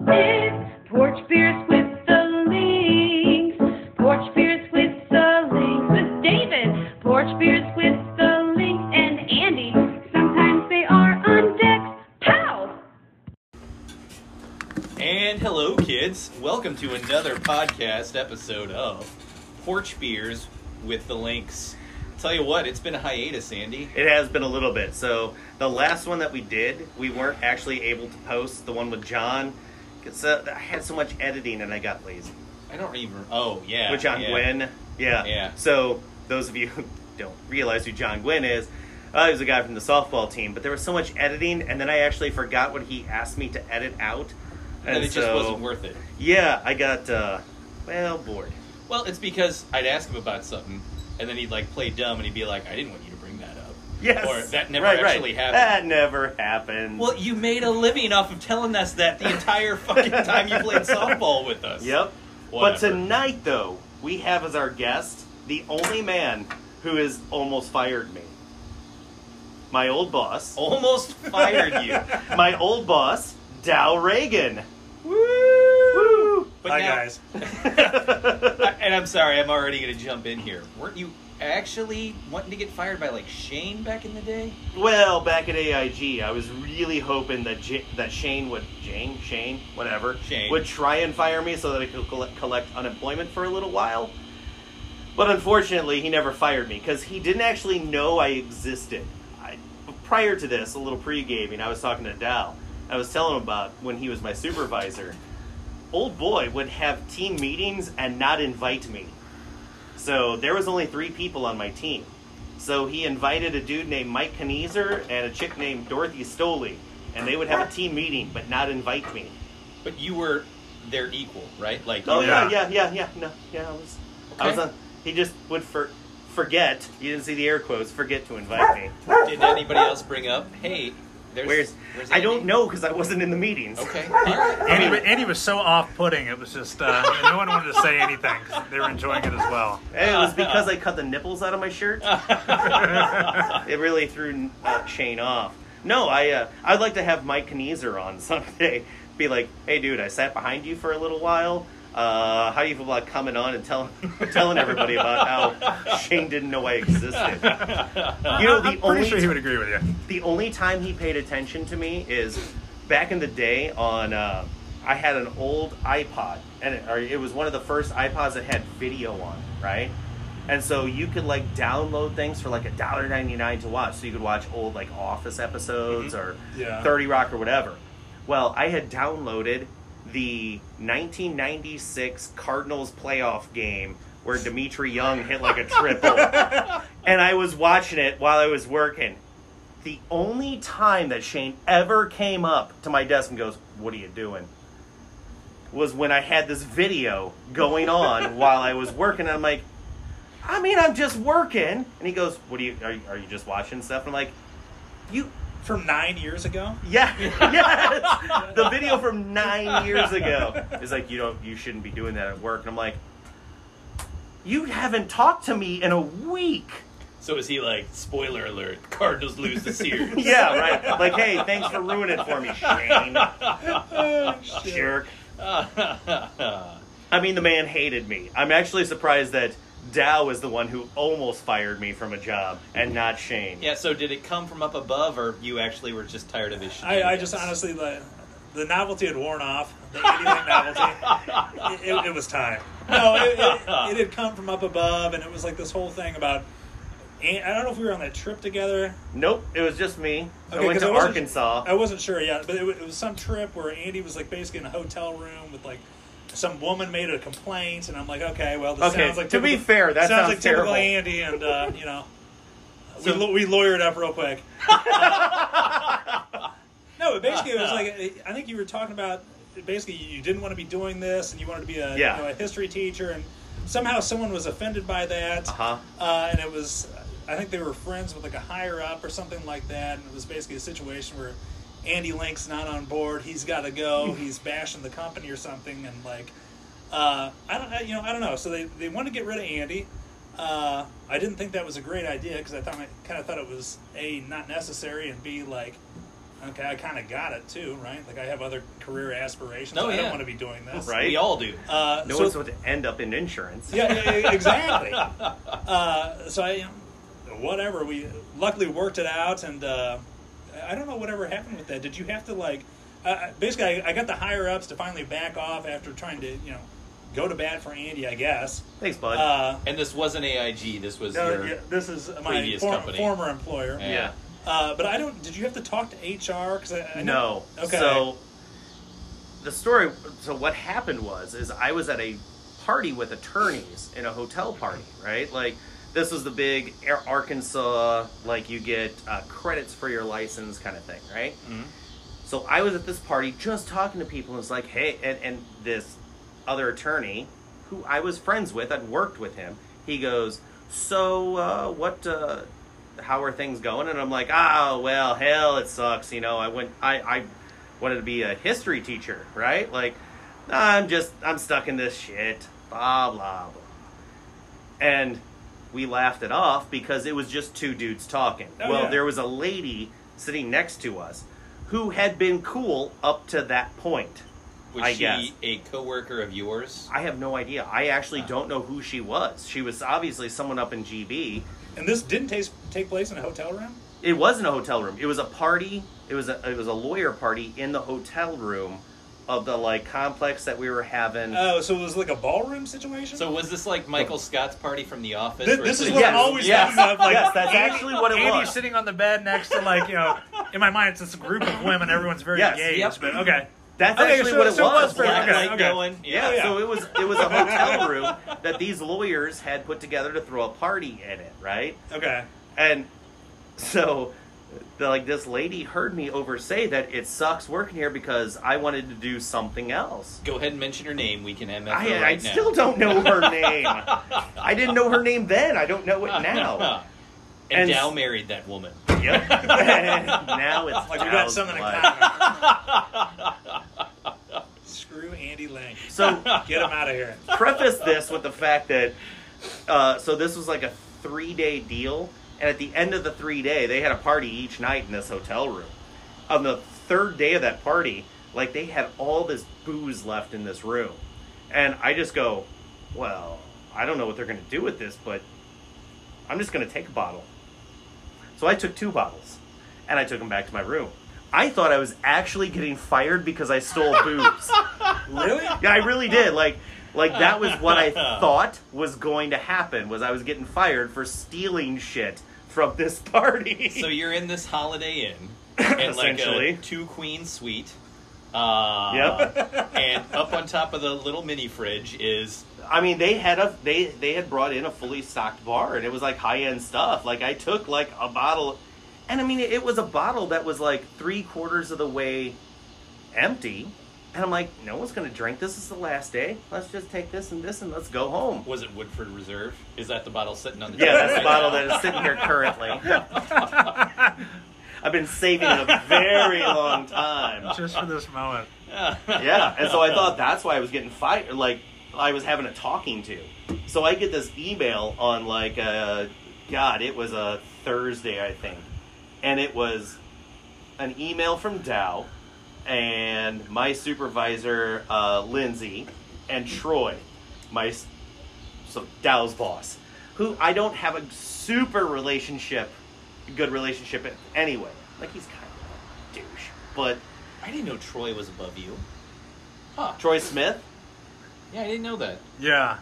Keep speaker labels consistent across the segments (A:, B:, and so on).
A: It's porch beers with the links. Porch beers with the links with David. Porch beers with the links and Andy. Sometimes they are on deck. Pow!
B: And hello, kids. Welcome to another podcast episode of Porch Beers with the Links. Tell you what, it's been a hiatus, Andy.
C: It has been a little bit. So the last one that we did, we weren't actually able to post the one with John because uh, I had so much editing and I got lazy.
B: I don't even. Oh, yeah.
C: with John
B: yeah.
C: Gwynn, yeah.
B: Yeah.
C: So those of you who don't realize who John Gwynn is, uh, he was a guy from the softball team. But there was so much editing, and then I actually forgot what he asked me to edit out,
B: And it just
C: so-
B: wasn't worth it.
C: Yeah, I got uh, well bored.
B: Well, it's because I'd ask him about something, and then he'd like play dumb, and he'd be like, "I didn't want you to bring that up."
C: Yes.
B: Or that never
C: Right, right.
B: actually happened.
C: That never happened.
B: Well, you made a living off of telling us that the entire fucking time you played softball with us.
C: Yep. But
B: Whatever.
C: tonight, though, we have as our guest the only man who has almost fired me. My old boss.
B: Oh. Almost fired you.
C: My old boss, Dow Reagan. Woo!
B: But
D: Hi
B: now-
D: guys.
B: I- and I'm sorry, I'm already going to jump in here. Weren't you actually wanting to get fired by like Shane back in the day?
C: well, back at AIG, I was really hoping that J- that Shane would Jane Shane whatever
B: Shane.
C: would try and fire me so that I could collect, collect unemployment for a little while. But unfortunately, he never fired me because he didn't actually know I existed. I, prior to this, a little pre-gaming, I was talking to Dow. I was telling him about when he was my supervisor. Old boy would have team meetings and not invite me. So there was only three people on my team. So he invited a dude named Mike Kniezer and a chick named Dorothy Stoley, and they would have a team meeting but not invite me.
B: But you were their equal, right? Like, you
C: Oh
B: were-
C: yeah, yeah,
D: yeah.
C: yeah, yeah. No, yeah, I was, I
B: Okay.
C: was on. He just would for, forget. You didn't see the air quotes. Forget to invite me.
B: Did anybody else bring up? Hey, there's.
C: Where's?
B: where's
C: I don't
B: Andy?"
C: know because I wasn't in the meetings.
B: Okay. all right.
D: Andy, Andy was so off-putting. It was just uh, no one wanted to say anything. 'cause They were enjoying it as well.
C: It was because I cut the nipples out of my shirt. it really threw uh, Shane off. No, I uh, I'd like to have Mike Kniezer on someday. Be like, hey, dude, I sat behind you for a little while. Uh, how do you feel about coming on and telling telling everybody about how Shane didn't know I existed? You know, the
D: I'm
C: only
D: pretty sure he would agree with you.
C: the only time he paid attention to me is back in the day on uh, i had an old ipod and it, or it was one of the first ipods that had video on it, right and so you could like download things for like a dollar ninety nine to watch so you could watch old like office episodes or
D: Yeah.
C: 30 rock or whatever well i had downloaded the 1996 cardinals playoff game where dimitri young hit like a triple and I was watching it while I was working. The only time that Shane ever came up to my desk and goes, "What are you doing?" was when I had this video going on while I was working. And I'm like, "I mean, I'm just working." And he goes, "What are you? Are you, are you just watching stuff?" And I'm like, "You."
E: from nine years ago.
C: Yeah, yes. The video from nine years ago is like you don't, you shouldn't be doing that at work. And I'm like, you haven't talked to me in a week.
B: So is he like? Spoiler alert: Cardinals lose the series.
C: Yeah, right. Like, hey, thanks for ruining it for me, Shane. Jerk. I mean, the man hated me. I'm actually surprised that Dow is the one who almost fired me from a job and not Shane.
B: yeah. So did it come from up above, or you actually were just tired of his?
E: I, I just
B: shenanigans?
E: honestly like the novelty had worn off. The anything novelty. It, it, it was time. No, it, it, it had come from up above, and it was like this whole thing about. and I don't know if we were on that trip together.
C: Nope, it was just me. I
E: Okay,
C: went
E: 'cause
C: to
E: wasn't-
C: Arkansas.
E: I wasn't sure yet, but it, wa- it was some trip where Andy was like basically in a hotel room with like some woman made a complaint, and I'm like, okay, well, this
C: Okay,
E: sounds like
C: to be
E: typical-
C: fair, that sounds
E: like typical
C: terrible.
E: Andy, and uh, you know,
B: So-
E: we, lo- we lawyered up real quick. no, but basically it was like I think you were talking about basically you didn't want to be doing this, and you wanted to be a,
C: Yeah.
E: you know, a history teacher, and somehow someone was offended by that,
C: Uh-huh.
E: uh, and it was I think they were friends with like a higher up or something like that, and it was basically a situation where Andy Link's not on board, he's got to go, he's bashing the company or something, and like uh, I don't I- you know I don't know, so they they wanted to get rid of Andy. Uh, I didn't think that was a great idea because I thought I kind of thought it was a not necessary and b like
F: okay, I kind of got it too, right? Like I have other career aspirations.
B: Oh,
F: I
B: yeah.
F: don't want to be doing this.
C: Right.
B: We all do.
F: Uh,
C: No
F: so-
C: one's going to end up in insurance.
F: yeah, yeah, yeah, exactly. uh, so I, you know, whatever. We luckily worked it out, and uh, I don't know whatever happened with that. Did you have to like, uh, uh, basically, I, I got the higher ups to finally back off after trying to, you know, go to bat for Andy, I guess.
C: Thanks, bud.
F: Uh,
B: and this wasn't AIG. This was
F: no,
B: your.
F: yeah, this is my
B: previous
F: for,
B: company.
F: former employer.
B: Yeah.
F: Uh, but I don't. Did you have to talk to HR? Cause I, I
C: no.
F: know- Okay.
C: So the story. So what happened was, is I was at a party with attorneys in a hotel party, right? Like this was the big Ar- Arkansas, like you get uh, credits for your license kind of thing, right?
B: Mhm.
C: So I was at this party just talking to people, and it's like, hey, and, and this other attorney who I was friends with, I'd worked with him, he goes, so uh, what, uh, how are things going? And I'm like, oh, well, hell, it sucks. You know, I went, I, I wanted to be a history teacher, right? Like, I'm just, I'm stuck in this shit, blah, blah, blah. And we laughed it off because it was just two dudes talking.
F: Oh,
C: well,
F: yeah.
C: there was a lady sitting next to us who had been cool up to that point.
B: Was
C: I
B: she
C: guess.
B: a coworker of yours?
C: I have no idea. I actually don't know who she was. She was obviously someone up in GB.
F: And this didn't taste, take place in a hotel room.
C: It wasn't a hotel room. It was a party. It was a it was a lawyer party in the hotel room of the like complex that we were having.
F: Oh, so it was like a ballroom situation.
B: So was this like Michael Scott's party from The Office?
F: Th-
B: where
F: this
B: it's
F: is
B: like-
F: what
C: Yes,
F: I'm always
C: yes,
F: thinking of. Like,
C: yes, that's actually what it
E: Andy's
C: was.
E: sitting on the bed next to like you know. In my mind, it's this group of women. Everyone's very
C: Yes,
E: engaged,
B: yep.
E: but okay.
C: That's
E: okay,
C: actually
E: so-
C: what it
E: so it
C: was.
E: was very-
B: Black
E: okay,
B: light
E: okay.
B: going.
C: Yeah,
B: Oh, Yeah.
F: yeah.
C: so it was it was a hotel room that these lawyers had put together to throw a party in it, right?
F: okay.
C: And so, the, like this lady heard me over say that it sucks working here because I wanted to do something else.
B: Go ahead and mention her name. We can MF her
C: I, I
B: right now.
C: still don't know her name. I didn't know her name then. I don't know it now.
B: and,
C: And-
B: Dow married that woman.
C: yep. now it's
F: Like we got
C: Al's
F: something in
C: wife.
F: common. Screw Andy Lang.
C: So
F: Get him out of here.
C: preface this with the fact that uh, so this was like a three day deal, and at the end of the three day, they had a party each night in this hotel room. On the third day of that party, like they had all this booze left in this room, and I just go, well, I don't know what they're gonna do with this, but I'm just gonna take a bottle. So I took two bottles, and I took them back to my room. I thought I was actually getting fired because I stole booze.
F: Really?
C: Yeah, I really did. Like, like that was what I thought was going to happen. Was I was getting fired for stealing shit from this party.
B: So you're in this Holiday Inn, and like a
C: Essentially.
B: two queen suite. Uh,
C: Yep.
B: and up on top of the little mini fridge is
C: I mean, they had a they they had brought in a fully stocked bar, and it was like high end stuff. Like I took like a bottle, and I mean, it was a bottle that was like three quarters of the way empty. And I'm like, no one's gonna drink. This is the last day. Let's just take this and this, and let's go home.
B: was it Woodford Reserve? Is that the bottle sitting on the
C: Yeah,
B: table
C: that's the
B: right
C: bottle
B: now?
C: that is sitting here currently. I've been saving it a very long time.
E: Just for this moment.
C: Yeah, and so I thought that's why I was getting fired. Like I was having a talking to. So I get this email on like a God, it was a Thursday I think, and it was an email from Dow and my supervisor uh, Lindsay and Troy, my s- so Dow's boss, who I don't have a super relationship, good relationship anyway. Like he's kind of a douche, but
B: I didn't know Troy was above you. Huh.
C: Troy Smith.
B: Yeah, I didn't know that.
E: Yeah.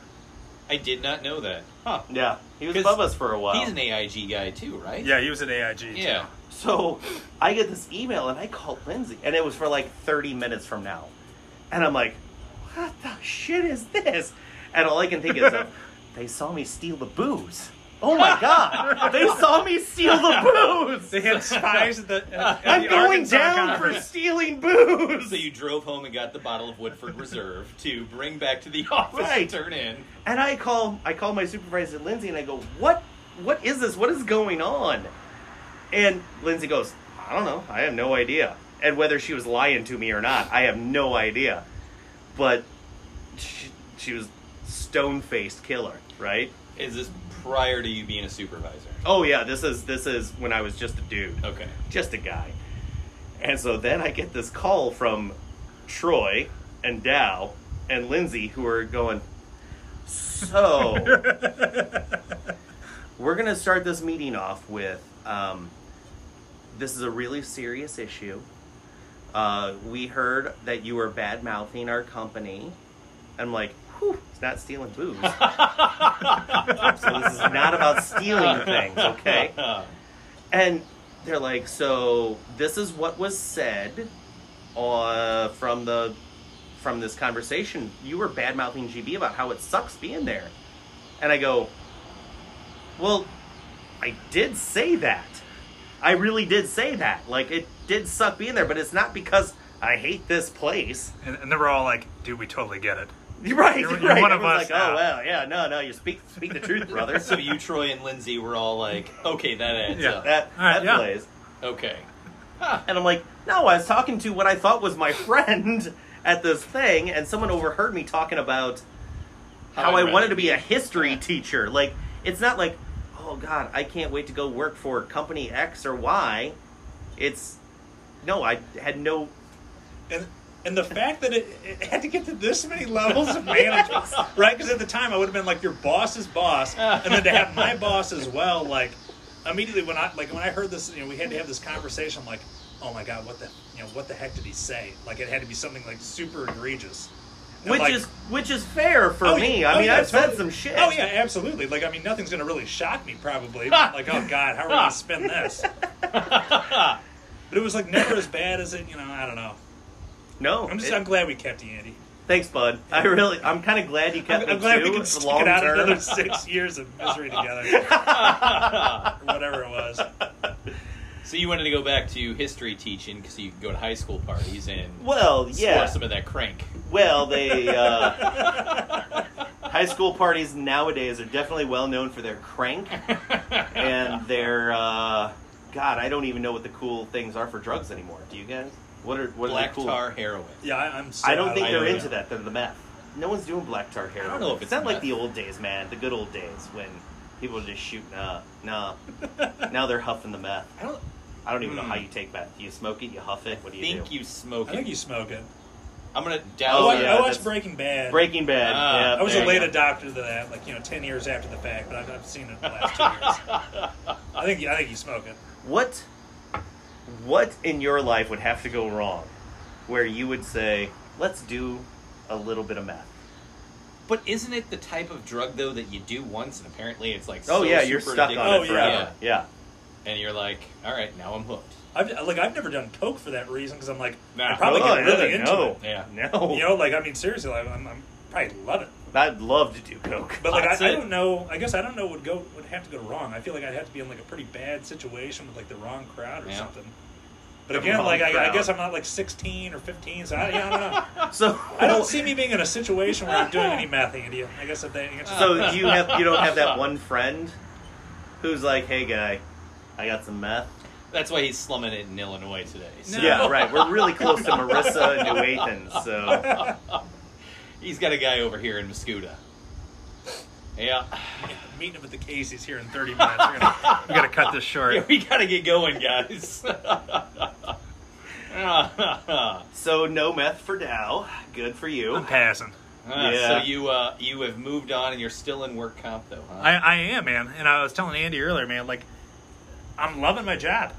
B: I did not know that. Huh.
C: Yeah, he was
B: 'Cause
C: above us for a while.
B: He's an AIG guy too, right?
E: Yeah, he was at AIG. too.
B: Yeah.
C: so I get this email and I call Lindsay, and it was for like 30 minutes from now. And I'm like, what the shit is this? And all I can think is, of, they saw me steal the booze. Oh my god, they saw me steal the booze!
F: They had spies at the. At, at
C: I'm
F: the
C: going
F: Arkansas
C: down for
F: conference.
C: stealing booze!
B: So you drove home and got the bottle of Woodford Reserve to bring back to the office
C: Right.
B: and turn in.
C: And I call I call my supervisor Lindsay and I go, What what is this? What is going on? And Lindsay goes, I don't know, I have no idea. And whether she was lying to me or not, I have no idea. But she, she was stone faced killer, right?
B: Is this prior to you being a supervisor?
C: Oh yeah, this is this is when I was just a dude.
B: Okay.
C: Just a guy. And so then I get this call from Troy and Dow and Lindsay who are going, So, we're going to start this meeting off with um, this is a really serious issue. Uh, we heard that you were bad mouthing our company. I'm like, Whew, it's not stealing booze. so, this is not about stealing things, okay? And they're like, so this is what was said uh, from the from this conversation. You were bad mouthing GB about how it sucks being there. And I go, Well, I did say that. I really did say that. Like it did suck being there, but it's not because I hate this place.
E: And, and they were all like, "Dude, we totally get it."
C: You're right.
E: You're-
C: right.
E: you're one of
C: Everyone's
E: us
C: like,
E: now."
C: oh well, yeah, no, no, you speak speak the truth, brother.
B: so you, Troy, and Lindsay were all like, okay, that adds
E: Yeah.
B: up.
C: that
E: All right,
C: that
E: yeah.
C: plays.
B: Okay.
C: And I'm like, no, I was talking to what I thought was my friend at this thing, and someone overheard me talking about
B: How
C: how
B: I
C: I
B: read
C: wanted to be a history teacher. Like, it's not like, oh God, I can't wait to go work for company X or Y. It's no, I had no.
F: and and the fact that it, it had to get to this many levels of management, right? Because at the time, I would have been like your boss's boss, and then to have my boss as well, like immediately when I like when I heard this, you know, we had to have this conversation. I'm like, oh my god, what the you know what the heck did he say? Like it had to be something like super egregious, And,
C: Which
F: like-
C: is which is fair for
F: Oh,
C: me.
F: yeah.
C: I
F: Oh,
C: mean,
F: yeah,
C: I've said
F: totally.
C: some shit.
F: Oh yeah, absolutely. Like I mean, nothing's gonna really shock me probably. but, like oh god, how are we gonna spin this? But it was like never as bad as it. You know, I don't know.
C: No,
F: I'm just
C: it-
F: I'm glad we kept you, Andy.
C: thanks, bud. I really, I'm kind of glad you kept
F: I'm,
C: me
F: I'm glad
C: too.
F: we can
C: It's
F: stick
C: long
F: it out
C: term.
F: another six years of misery together, or whatever it was.
B: So you wanted to go back to history teaching because you could go to high school parties and
C: Well, yeah.
B: score some of that crank.
C: Well, they uh, high school parties nowadays are definitely well known for their crank and their uh, God. I don't even know what the cool things are for drugs anymore. Do you guys? What are what are
B: Black
C: the cool?
B: tar heroin.
F: Yeah, I, I'm. So
C: I don't
F: out
C: think
F: of
B: I
C: they're
F: it.
B: don't
C: into
B: know.
C: that. They're the meth. No one's doing black tar heroin.
B: know if it's
C: not like
B: meth.
C: the old days, man. The good old days when people were just shooting up. No, now they're huffing the meth.
F: I don't.
C: I don't even know
B: Hmm.
C: how you take meth. You smoke it. You huff it. What do you
B: think
C: do?
B: you smoke
F: I think
B: it.
F: you smoke it.
B: I'm gonna
F: I
B: douse
C: Oh,
F: watched,
B: it.
C: yeah,
F: I
C: that's-
F: watched Breaking Bad.
C: Breaking Bad.
B: Ah.
C: yeah,
F: I was
C: there
F: a
C: you
F: late
C: go.
F: adopter to that, like you know, ten years after the fact. But I've, I've seen it the last two years. I think you- I think you smoke it.
C: What what in your life would have to go wrong where you would say, let's do a little bit of meth?
B: But isn't it the type of drug though that you do once and apparently it's like
C: Oh
B: so
C: yeah, you're
B: super
C: stuck
B: addictive.
C: on
F: Oh, yeah.
C: it forever. Yeah.
B: and you're like, all right, now I'm hooked.
F: I've like I've never done coke for that reason because I'm like
B: Nah.
F: I probably
C: Oh,
F: get really
C: yeah,
F: into
C: no.
F: it.
B: Yeah.
C: No.
F: You know, like I mean, seriously, like, I'm, I'm probably love it.
C: I'd love to do coke.
F: But like
B: That's
F: I, I
B: it.
F: don't know. I guess I don't know what would go would have to go wrong. I feel like I'd have to be in like a pretty bad situation with like the wrong crowd or
B: Yeah.
F: something. But
C: The
F: again,
C: wrong
F: like I, I
C: crowd.
F: guess I'm not like 16 or 15, so I, yeah, I don't know.
C: so
F: I don't see me being in a situation where I'm doing any math, Andy. I guess if they answer
C: So you have you don't have that one friend who's like, Hey guy, I got some meth.
B: That's why he's slumming it in Illinois today. So
C: Yeah, right. We're really close to Marissa and New Athens, so
B: he's got a guy over here in Muscuda. Yeah.
F: meeting up with the Casey's here in 30 minutes. We're gonna,
E: We gotta cut this short.
B: Yeah, we gotta get going, guys. Ah,
C: so no meth for Dow. Good for you.
E: I'm passing.
C: Yeah.
B: So you uh, you have moved on and you're still in work comp though, huh?
E: I, I am, man. And I was telling Andy earlier, man, like I'm loving my job.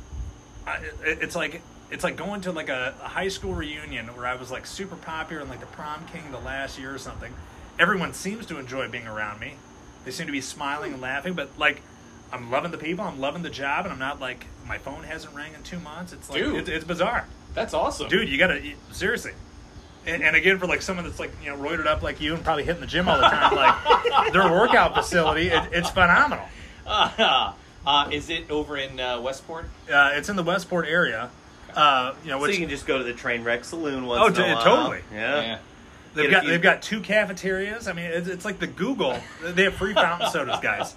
E: I, it, it's like it's like going to like a, a high school reunion where I was like super popular and like the prom king the last year or something. Everyone seems to enjoy being around me. They seem to be smiling and laughing, but like I'm loving the people, I'm loving the job, and I'm not like my phone hasn't rang in two months. It's like
B: Dude.
E: it's, it's bizarre
B: That's awesome.
E: dude, you gotta you- seriously. And, and again, for like someone that's like you know roided up like you and probably hitting the gym all the time, like their workout facility, it, it's phenomenal.
B: Uh, uh, is it over in uh, Westport?
E: Uh, it's in the Westport area. Uh, you know,
C: So
E: which
C: you can just go to the train wreck saloon once.
E: Oh,
C: in a
E: t-
C: while.
E: totally.
C: Yeah. get
E: they've
C: a
E: got
C: few-
E: they've got two cafeterias. I mean, it's, it's like the Google. They have free fountain sodas, guys.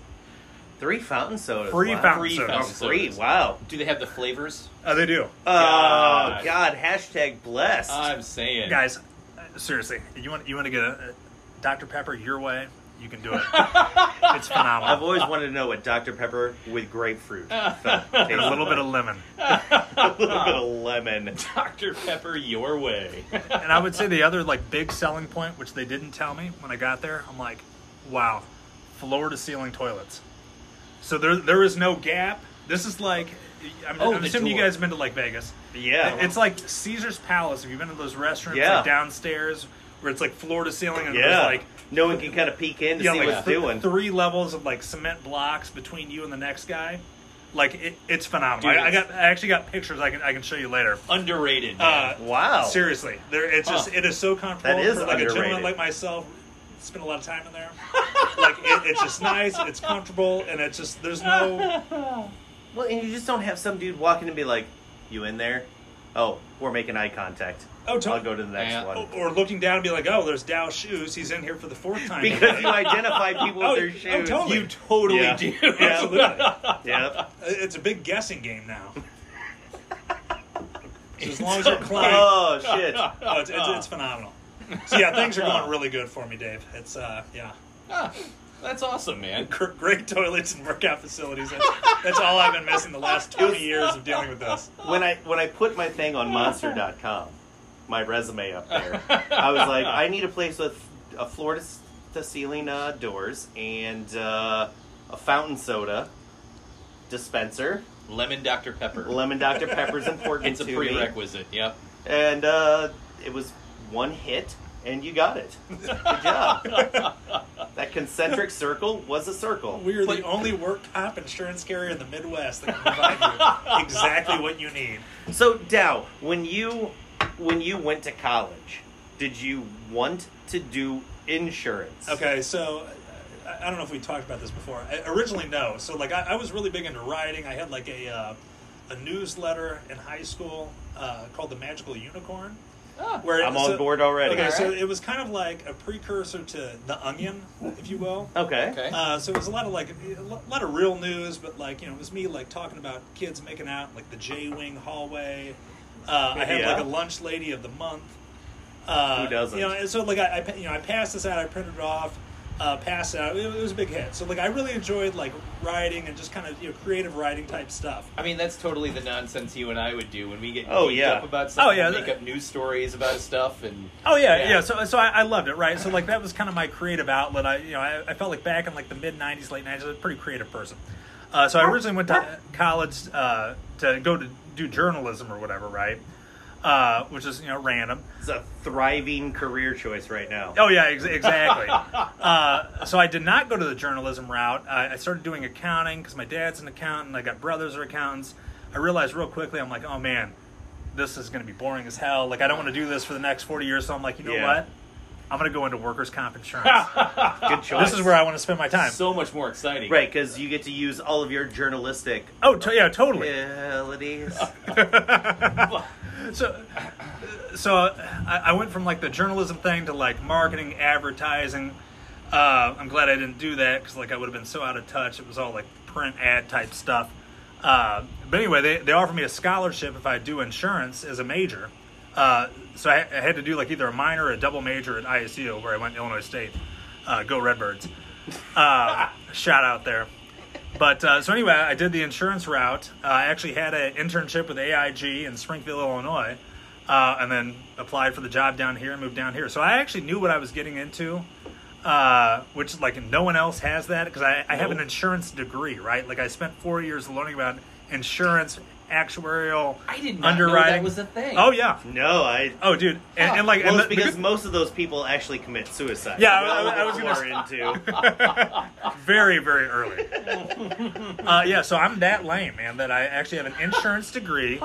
C: Three fountain sodas.
E: Free
C: wow.
E: fountain
B: Free
C: Oh,
E: sodas.
B: fountain
C: free.
B: sodas.
C: Wow.
B: Do they have the flavors?
E: Uh, they do,
C: Oh God.
B: God.
C: Hashtag blessed.
B: I'm saying.
E: guys. uh, Seriously, you want you want to get a, a Dr Pepper your way? You can do it. it's phenomenal.
C: I've always wanted to know what Dr. Pepper with grapefruit felt.
E: and a little bit of lemon.
C: a little bit of lemon.
B: Dr. Pepper your way.
E: And I would say the other like big selling point, which they didn't tell me when I got there, I'm like, wow, floor to ceiling toilets. So there there is no gap. This is like, I'm,
B: Oh,
E: I'm
B: the
E: assuming you
B: door.
E: guys have been to like Vegas.
C: Yeah.
E: It's like Caesar's Palace. Have you been to those restaurants
C: Yeah.
E: like downstairs where it's like floor to ceiling and
C: yeah.
E: there's like
C: no one can kind of peek in to
E: yeah,
C: see
E: like
C: what's
E: th-
C: doing.
E: three levels of like cement blocks between you and the next guy. Like it, it's phenomenal.
B: Dude,
E: I, I
B: it's-
E: got I actually got pictures I can I can show you later.
B: Underrated. man.
E: Uh,
C: wow.
E: Seriously, there, it's just
B: Huh.
E: it is so comfortable
C: That is
E: for like a
C: underrated.
E: gentleman like myself. Spend a lot of time in there. like it, it's just nice. It's comfortable, and it's just there's no.
C: Well, and you just don't have some dude walking and be like, "You in there? Oh, we're making eye contact.
F: Oh, totally.
C: I'll go to the next
B: Yeah.
C: one."
E: Oh,
F: Or looking down and be like, oh, there's Dow shoes. He's in here for the fourth time.
C: because
F: today.
C: you identify people
F: Oh,
C: with their
F: oh,
C: shoes.
F: totally.
B: you totally
C: Yeah.
B: do.
F: Absolutely.
C: Yeah.
F: It's a big guessing game now. So as long as you're climbing,
C: Oh shit.
F: oh, it's, it's, it's phenomenal. So yeah, things are going really good for me, Dave. It's uh, yeah,
B: Ah, that's awesome, man.
F: Gr- great toilets and workout facilities. That's, that's all I've been missing the last 20 years of dealing with this.
C: When I when I put my thing on monster.com, my resume up there, I was like, I need a place with a floor to, s- to ceiling uh, doors and uh, a fountain soda dispenser,
B: Lemon Dr. Pepper.
C: lemon Dr Pepper's important
B: it's a
C: to me.
B: prerequisite. Yep.
C: and uh, it was one hit, and you got it. Good job. that concentric circle was a circle.
F: We are the only work comp insurance carrier in the Midwest that can provide you exactly what you need.
C: So Dow, when you when you went to college, did you want to do insurance?
F: Okay, so uh, I, I don't know if we talked about this before. I, originally, no. So like, I, I was really big into writing. I had like a uh, a newsletter in high school uh, called the Magical Unicorn.
B: Ah,
F: where
C: I'm on board already.
F: Okay, so
B: Alright.
F: it was kind of like a precursor to the Onion, if you will.
C: Okay.
B: Okay.
F: Uh, so it was a lot of like a lot of real news, but like you know, it was me like talking about kids making out in, like the J wing hallway. Uh, I had
C: Yeah.
F: like a lunch lady of the month. Uh,
C: Who doesn't?
F: You know, and so like I, I pa- you know I passed this out, I printed it off, uh, passed it out. It, it was a big hit. So like I really enjoyed like writing and just kind of you know creative writing type stuff.
B: I mean, that's totally the nonsense you and I would do when we get
C: Oh,
B: geeked
C: yeah.
B: up about something,
E: yeah.
B: make up news stories about stuff, and
E: Oh yeah,
B: Yeah.
E: yeah. So so I, I loved it, right? So like that was kind of my creative outlet. I you know I, I felt like back in like the mid '90s, late '90s, I was a pretty creative person. Uh, so I originally went to college uh, to go to do journalism or whatever, right? Uh, which is you know random.
C: It's a thriving career choice right now.
E: Oh yeah, ex- exactly. uh, so I did not go to the journalism route. I, I started doing accounting because my dad's an accountant. I got brothers who are accountants. I realized real quickly, I'm like, oh man, this is going to be boring as hell. Like I don't want to do this for the next 40 years. So I'm like, you know
C: Yeah.
E: what? I'm going to go into workers' comp insurance.
C: Good choice.
E: this is where I want to spend my time.
B: so much more exciting.
C: right because you get to use all of your journalistic
E: oh to- yeah, totally.
C: abilities.
E: so so I, I went from like the journalism thing to like marketing advertising uh, i'm glad i didn't do that because like i would have been so out of touch it was all like print ad type stuff uh, but anyway they, they offered me a scholarship if i do insurance as a major uh, so I, I had to do like either a minor or a double major at isu where i went to illinois state uh, go redbirds uh, shout out there but uh, so anyway, I did the insurance route. Uh, I actually had an internship with AIG in Springfield, Illinois, uh, and then applied for the job down here and moved down here. So I actually knew what I was getting into, uh, which like no one else has that because I, I have an insurance degree, right? Like I spent four years learning about insurance, actuarial,
B: I did not know
E: underwriting
B: that was a thing.
E: Oh yeah.
C: no, I.
E: Oh dude, and, and like
C: Well,
E: and
C: it's
E: the-
C: because most of those people actually commit suicide.
E: Yeah, I-
C: You know
E: I- I
C: what
E: was
C: you
E: gonna
C: are into.
E: very very early uh, yeah so i'm that lame man that i actually have an insurance degree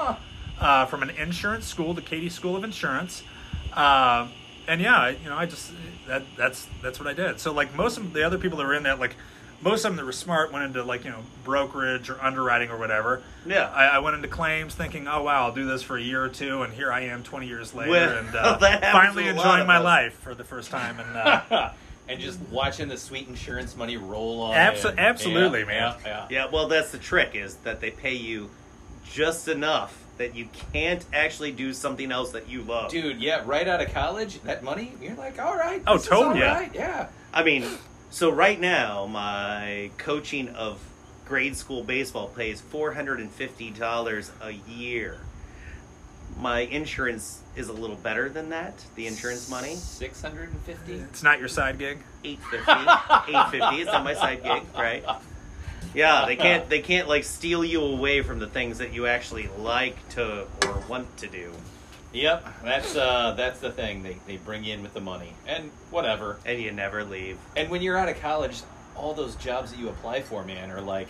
E: uh, from an insurance school the katie school of insurance uh, and yeah I- you know i just that that's that's what i did so like most of the other people that were in that like most of them that were smart went into like you know brokerage or underwriting or whatever
C: Yeah.
E: i, I went into claims thinking oh wow i'll do this for a year or two and here i am 20 years later
C: Well,
E: and uh,
C: that happens
E: finally
C: to a lot
E: enjoying
C: of
E: my
C: us.
E: life for the first time and uh,
B: and just watching the sweet insurance money roll on.
E: Abso-
B: in.
E: absolutely,
B: Yeah,
E: man.
B: Yeah, yeah.
C: Yeah, well, that's the trick is that they pay you just enough that you can't actually do something else that you love.
B: Dude, yeah, right out of college, that money, you're like, all right.
E: Oh,
B: this is
E: totally.
B: all right, yeah.
C: I mean, So right now, my coaching of grade school baseball pays four hundred and fifty dollars a year. My insurance is a little better than that. The insurance money,
B: Six hundred and fifty.
E: It's not your side gig.
C: eight fifty. eight fifty. It's not my side gig, right? Yeah, they can't. They can't like steal you away from the things that you actually like to or want to do.
B: Yep, that's uh, that's the thing. They they bring you in with the money and whatever.
C: and you never leave.
B: And when you're out of college, all those jobs that you apply for, man, are like,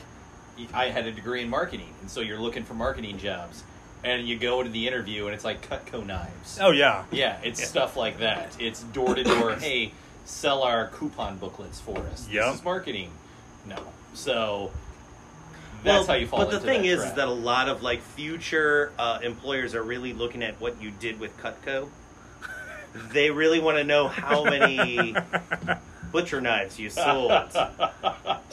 B: I had a degree in marketing, and so you're looking for marketing jobs, and you go to the interview, and it's like Cutco knives.
E: Oh yeah.
B: Yeah, it's
E: Yeah.
B: stuff like that. It's door to door. Hey, sell our coupon booklets for us.
E: Yep.
B: This is marketing. No, so that's how you fall.
C: But the
B: into
C: thing
B: that
C: is, is
B: trap.
C: that a lot of like future uh, employers are really looking at what you did with Cutco. they really want to know how many butcher knives you sold.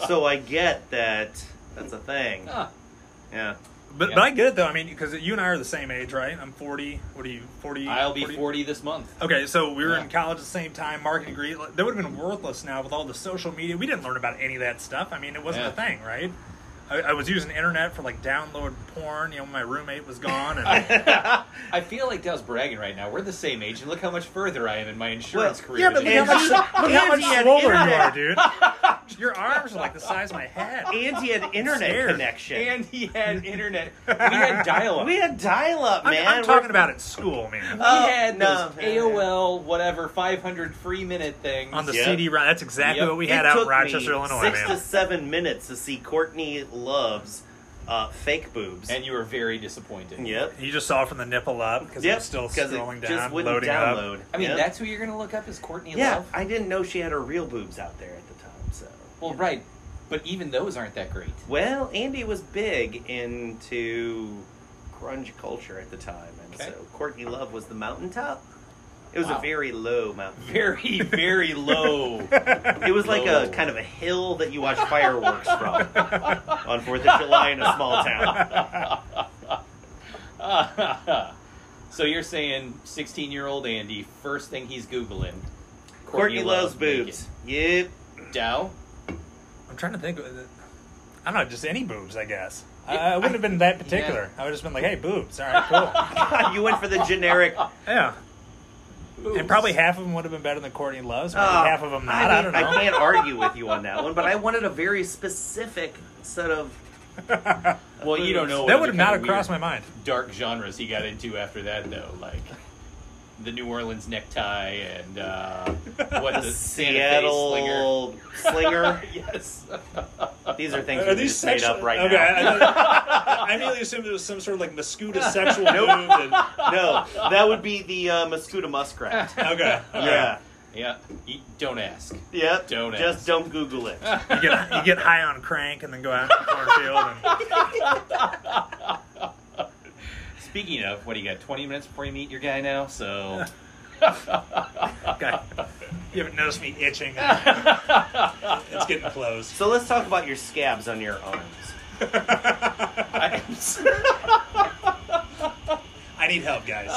C: so I get that. That's a thing.
B: Ah,
C: Yeah.
E: But,
B: Yeah.
E: but I get it though. I mean, because you and I are the same age, right? I'm 40. What are you? 40.
B: I'll be forty this month.
E: Okay, so we were
B: Yeah.
E: in college at the same time. Marketing degree like, that would have been worthless now with all the social media. We didn't learn about any of that stuff. I mean, it wasn't a
B: Yeah.
E: thing, right? I, I was using internet for like download porn. You know, when my roommate was gone, and
B: I feel like Dell's bragging right now. We're the same age, and look how much further I am in my insurance
C: Well,
B: career.
E: yeah, but
B: than
E: look
B: you.
E: how
C: And
E: much,
C: you-
E: look how much
C: and you had
E: slower you are,
C: internet.
E: dude. Your arms are like the size of my head.
C: And he had internet
E: Scared.
C: connection.
B: and he had internet. We had dial-up.
C: we had dial up,
E: I'm,
C: man.
E: I'm talking
C: We're-
E: about at school, man.
B: we
C: Oh,
B: had
C: no,
B: those
C: yeah, yeah.
B: AOL whatever 500 free minute things.
E: On the
C: Yeah.
E: CD, right? That's exactly
B: Yep.
E: what we
C: It
E: had out in
C: took me
E: Rochester, Illinois,
C: Six to
E: man.
C: seven minutes to see Courtney Love's uh, fake boobs.
B: and you were very disappointed.
C: yep.
E: You just saw from the nipple up because
C: Yep,
E: it's still
C: 'cause it
E: scrolling
C: just
E: down,
C: wouldn't
E: loading
C: download.
E: up.
B: I mean,
C: Yep.
B: that's who you're going to look up is Courtney
C: Yeah,
B: Love.
C: I didn't know she had her real boobs out there at the time. So,
B: Well, right. But even those aren't that great.
C: well, Andy was big into grunge culture at the time, and
B: Okay.
C: so Courtney Love was the mountaintop. It was
B: Wow.
C: a very low mountain.
B: Very, very low.
C: It was like a
B: Low.
C: kind of a hill that you watch fireworks from on Fourth of July in a small town.
B: so you're saying 16 year old Andy, first thing he's Googling
C: Courtney, Love's
B: naked.
C: boobs. Yep.
B: Dow?
E: I'm trying to think. of the- I don't know, just any boobs, I guess. I, I wouldn't have been that particular. I would have just been like, hey, boobs. All right, cool.
C: you went for the generic.
E: yeah. And
B: Boobs.
E: probably half of them would have been better than Courtney Love's. Maybe
C: Uh,
E: half of them not.
C: I,
E: I,
C: mean,
E: don't know.
C: I can't argue with you on that one, but I wanted a very specific set of.
B: Well, you don't know.
E: that
B: what other
E: would have
B: kind
E: not
B: of
E: have crossed
B: weird
E: my mind.
B: Dark genres he got into after that, though, like the New Orleans necktie and uh, what the Santa
C: Seattle slinger.
B: Fe slinger. yes.
C: These are things
F: Are
C: we
F: these
C: just made
F: sexual-
C: up right
F: okay, I,
C: now.
F: I, I immediately assumed it was some sort of like Mascuda sexual move. And,
C: no, that would be the uh, Mascuda muskrat.
F: okay.
C: Yeah.
B: yeah. You, don't ask.
C: Yep.
B: Don't
C: Just
B: ask.
C: don't Google it.
E: You get, you get high on crank and then go out to the cornfield.
B: Speaking of, what do you got? Twenty minutes before you meet your guy now, so
E: And, okay. You haven't noticed me itching.
F: It's getting close.
C: So let's talk about your scabs on your arms.
B: I,
F: I need help, guys.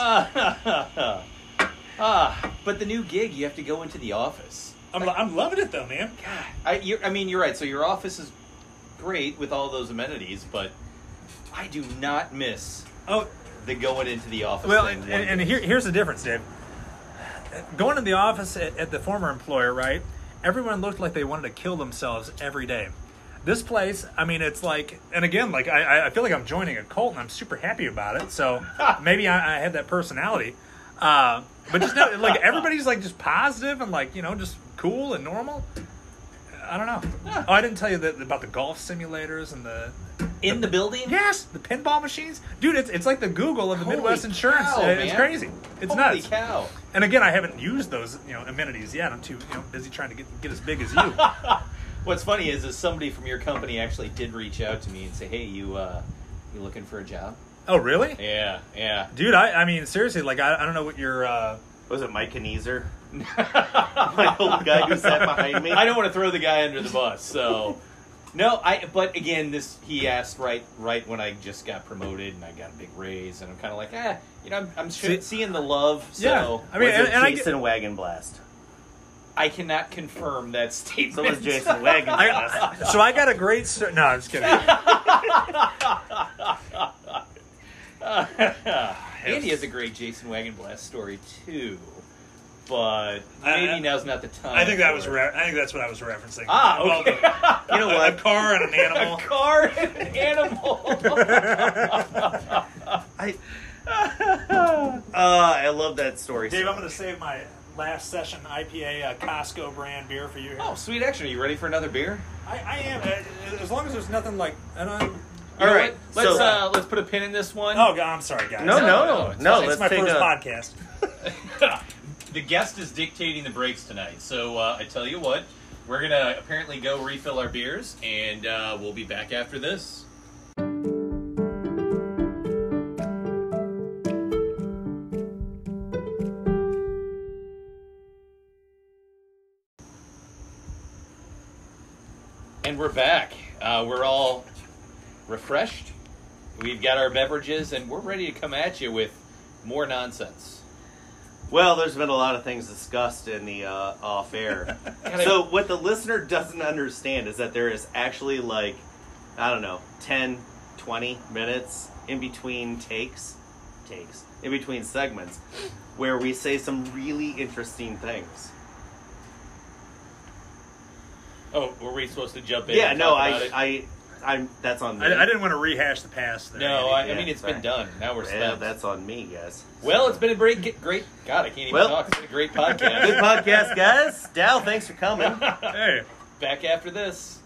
B: Ah, but the new gig, you have to go into the office.
F: I'm, lo- I'm loving it though, man.
B: I, you I mean, you're right. So your office is great with all those amenities, but I do not miss
E: Oh,
B: the going into the office.
E: Well,
B: thing
E: and,
B: one
E: and, and
B: bit.
E: here, here's the difference, Dave. Going to the office at, at the former employer, right? Everyone looked like they wanted to kill themselves every day. This place, I mean, it's like, and again, like I, I- I feel like I'm joining a cult, and I'm super happy about it. So maybe I, I had that personality, uh, but just no, like everybody's like just positive and like you know just cool and normal. I don't know. Oh, I didn't tell you that, about the golf simulators and the
B: in the building,
E: Yes, the pinball machines, dude. It's it's like the Google of the
B: Holy
E: Midwest insurance.
B: cow,
E: Uh, it's
B: man.
E: crazy. It's
B: Holy
E: nuts.
B: cow!
E: And again, I haven't used those you know amenities yet. I'm too you know, busy trying to get get as big as you.
B: What's funny is, is somebody from your company actually did reach out to me and say, "Hey, you, uh, you looking for a job?"
E: oh really?
B: Yeah, yeah.
E: Dude, I, I mean seriously, like I, I don't know what your uh,
C: Was it Mike Kniezer? My old guy who sat behind me?
B: I don't want to throw the guy under the bus, so. No, I. But again, this he asked right, right when I just got promoted and I got a big raise, and I'm kind of like, ah, you know, I'm, I'm sure
E: See-
B: seeing the love. So
E: yeah. I mean,
C: Was
E: and,
C: it
E: and I
C: Jason
E: get,
C: Wagon Blast?
B: I cannot confirm that statement.
C: So was Jason Wagon.
E: I, so I got a great. St- no, I'm just kidding.
B: Andy has a great Jason Wagon Blast story too, but
F: I-
B: maybe
F: I-
B: now's not the time.
F: I think that was
B: for it.
F: re- I think that's what I was referencing.
B: Ah,
F: Well,
B: okay.
C: You know
F: a, a
C: what?
F: car and an
B: a
F: animal.
B: car and an
C: I
B: animal.
C: uh, I love that story.
F: Dave,
C: so
F: I'm going to save my last session IPA uh, Costco brand beer for you. Here.
B: oh, sweet action! Are you ready for another beer?
F: I, I am. uh, As long as there's nothing like, and I'm.
C: All
B: You know
C: right,
B: what? let's
C: so-
B: uh, let's put a pin in this one.
F: Oh, God, I'm sorry, guys.
C: No, no,
B: No,
C: no,
B: no, it's
C: no.
B: fine.
F: it's
C: let's
F: my
C: take
F: first
C: a,
F: podcast.
B: the guest is dictating the breaks tonight, so uh, I tell you what, we're gonna apparently go refill our beers, and uh, we'll be back after this. And we're back. Uh, we're all refreshed. We've got our beverages, and we're ready to come at you with more nonsense.
C: Well, there's been a lot of things discussed in the uh, off air.
B: Gotta-
C: so what the listener doesn't understand is that there is actually like I don't know, 10, 20 minutes in between takes, takes in between segments where we say some really interesting things.
B: Oh, were we supposed to jump in?
C: Yeah,
B: and
C: no,
B: talk
C: I,
B: about it?
C: I, I'm. That's on me.
E: I, I didn't want to rehash the past. There,
B: no,
E: Andy.
B: I, I
C: Yeah,
B: mean it's
C: sorry.
B: been done. Now we're
C: Yeah,
B: spent.
C: that's on me, guys.
B: well, it's been a great, get- great. God, I can't even
C: Well-
B: talk. It's been a great
C: good
B: podcast.
C: podcast, guys. Dow, thanks for coming.
E: Hey,
B: Back after this.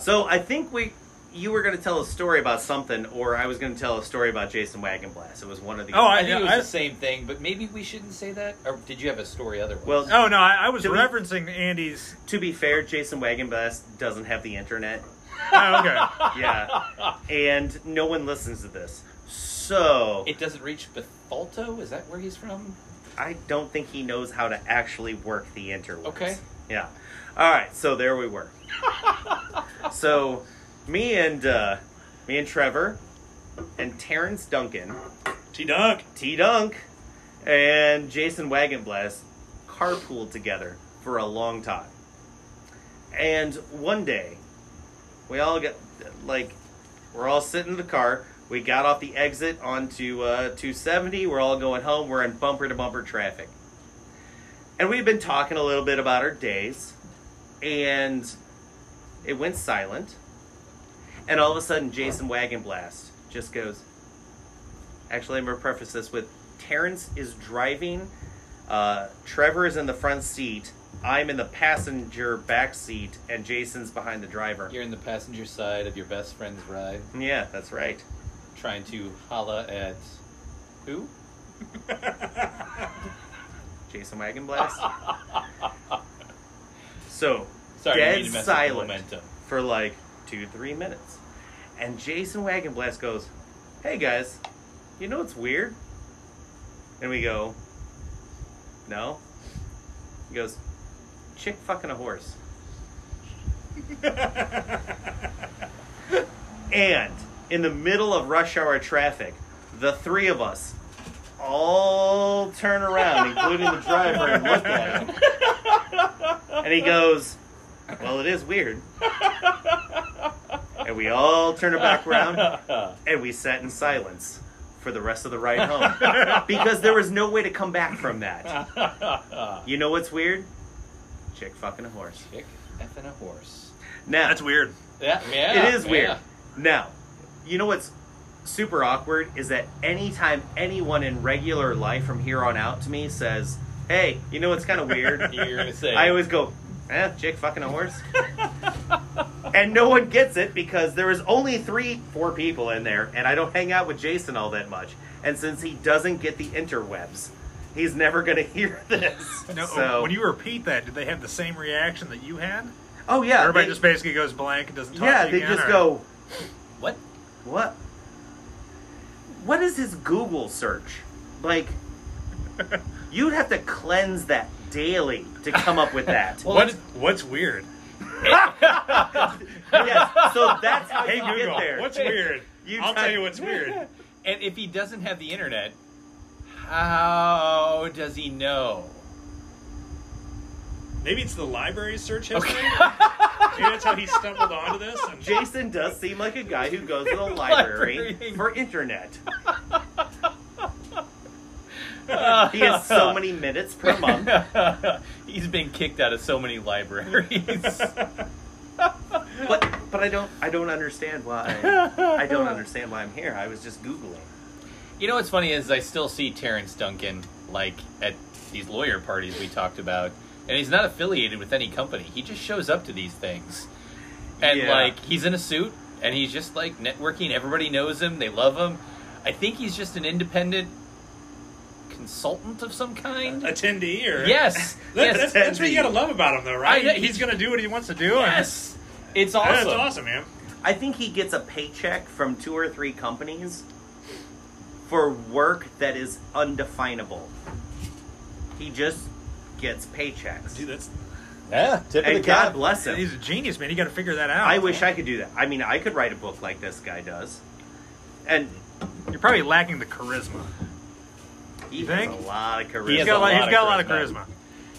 C: So I think we you were going to tell a story about something, or I was going to tell a story about Jason Wagonblast. It was one of the.
E: Oh,
B: I think it was
E: I-
B: the same thing, but maybe we shouldn't say that. Or did you have a story otherwise?
C: well,
E: oh no, I, I was
C: Did we-
E: referencing Andy's.
C: to be fair, Jason Wagonblast doesn't have the internet.
E: Oh, okay.
C: Yeah, and no one listens to this, so
B: it doesn't reach Bethalto. Is that where he's from?
C: I don't think he knows how to actually work the interwebs.
B: Okay.
C: Yeah. All right. So there we were. so, me and uh, me and Trevor and Terrence Duncan.
F: T Dunk.
C: T Dunk and Jason Wagonblast carpooled together for a long time. And one day, we all got, like, we're all sitting in the car. We got off the exit onto uh, 270. We're all going home. We're in bumper to bumper traffic. And we've been talking a little bit about our days. And it went silent. And all of a sudden, Jason Wagonblast just goes, Actually, I'm going to preface this with Terrence is driving, uh, Trevor is in the front seat, I'm in the passenger back seat, and Jason's behind the driver.
B: You're in the passenger side of your best friend's ride,
C: yeah, that's right.
B: trying to holla at who?
C: Jason Wagonblast. so,
B: Sorry, I didn't mean to
C: dead
B: mess up the
C: silent
B: momentum.
C: for like two, three minutes. And Jason Wagonblast goes, Hey guys, you know what's weird? And we go, No. He goes, Chick fucking a horse. And in the middle of rush hour traffic, the three of us all turn around, including the driver, and look at him. And he goes, Well, it is weird. And we all turn it back around and we sat in silence for the rest of the ride home because there was no way to come back from that. You know what's weird? Chick fucking a horse.
B: Chick effing a horse.
C: Now,
E: That's weird.
B: Yeah, yeah,
C: it is weird.
B: yeah.
C: Now, you know what's super awkward is that anytime anyone in regular life from here on out to me says, "Hey, you know what's kind of weird?"
B: You're gonna say
C: I always go, "Eh, chick fucking a horse," and no one gets it because there is only three, four people in there, and I don't hang out with Jason all that much. And since he doesn't get the interwebs, he's never gonna hear this.
E: No,
C: so,
E: oh, when you repeat that, did they have the same reaction that you had?
C: oh yeah,
E: Everybody
C: they-
E: just basically goes blank and doesn't talk.
C: yeah,
E: to you
C: they
E: again,
C: just
E: or-
C: go.
B: what?
C: What? What is his Google search? Like, you'd have to cleanse that daily to come up with that.
B: Well,
E: what?
B: let's-
E: What's weird?
C: yes, so that's how
E: Hey
C: you
E: Google,
C: get there.
E: what's weird?
C: You
E: I'll
C: try-
E: tell you what's weird.
B: And if he doesn't have the internet, how does he know?
F: Maybe it's the library search history. Maybe that's how he stumbled onto this. And
C: Jason does seem like a guy who goes to the library
B: Library.
C: for internet. He has so many minutes per month.
B: He's been kicked out of so many libraries.
C: But but I don't I don't understand why I don't understand why I'm here. I was just googling.
B: You know what's funny is I still see Terrence Duncan like at these lawyer parties we talked about, and he's not affiliated with any company. He just shows up to these things, and
C: Yeah.
B: like he's in a suit and he's just like networking. Everybody knows him. They love him. I think he's just an independent consultant of some
C: Uh,
B: kind.
F: attendee or
B: Yes,
F: That- that's,
B: yes,
F: that's what you
C: attendee.
F: gotta love about him, though, right?
B: I know,
F: he's
B: he-
F: gonna do what he wants to do. and-
B: yes. It's
F: Yeah,
B: awesome.
F: That's awesome, man.
C: I think he gets a paycheck from two or three companies for work that is undefinable. He just gets paychecks.
F: Dude, that's
B: Yeah, tip
C: and God bless him.
E: He's a genius, man. You got to figure that out.
C: I wish I could do that. I mean, I could write a book like this guy does. And
E: You're probably lacking the charisma.
C: he
E: You
C: has
E: think?
C: a lot of charisma.
B: He has
E: He's got a lot,
B: a
E: he's got a lot of
B: lot of
E: charisma.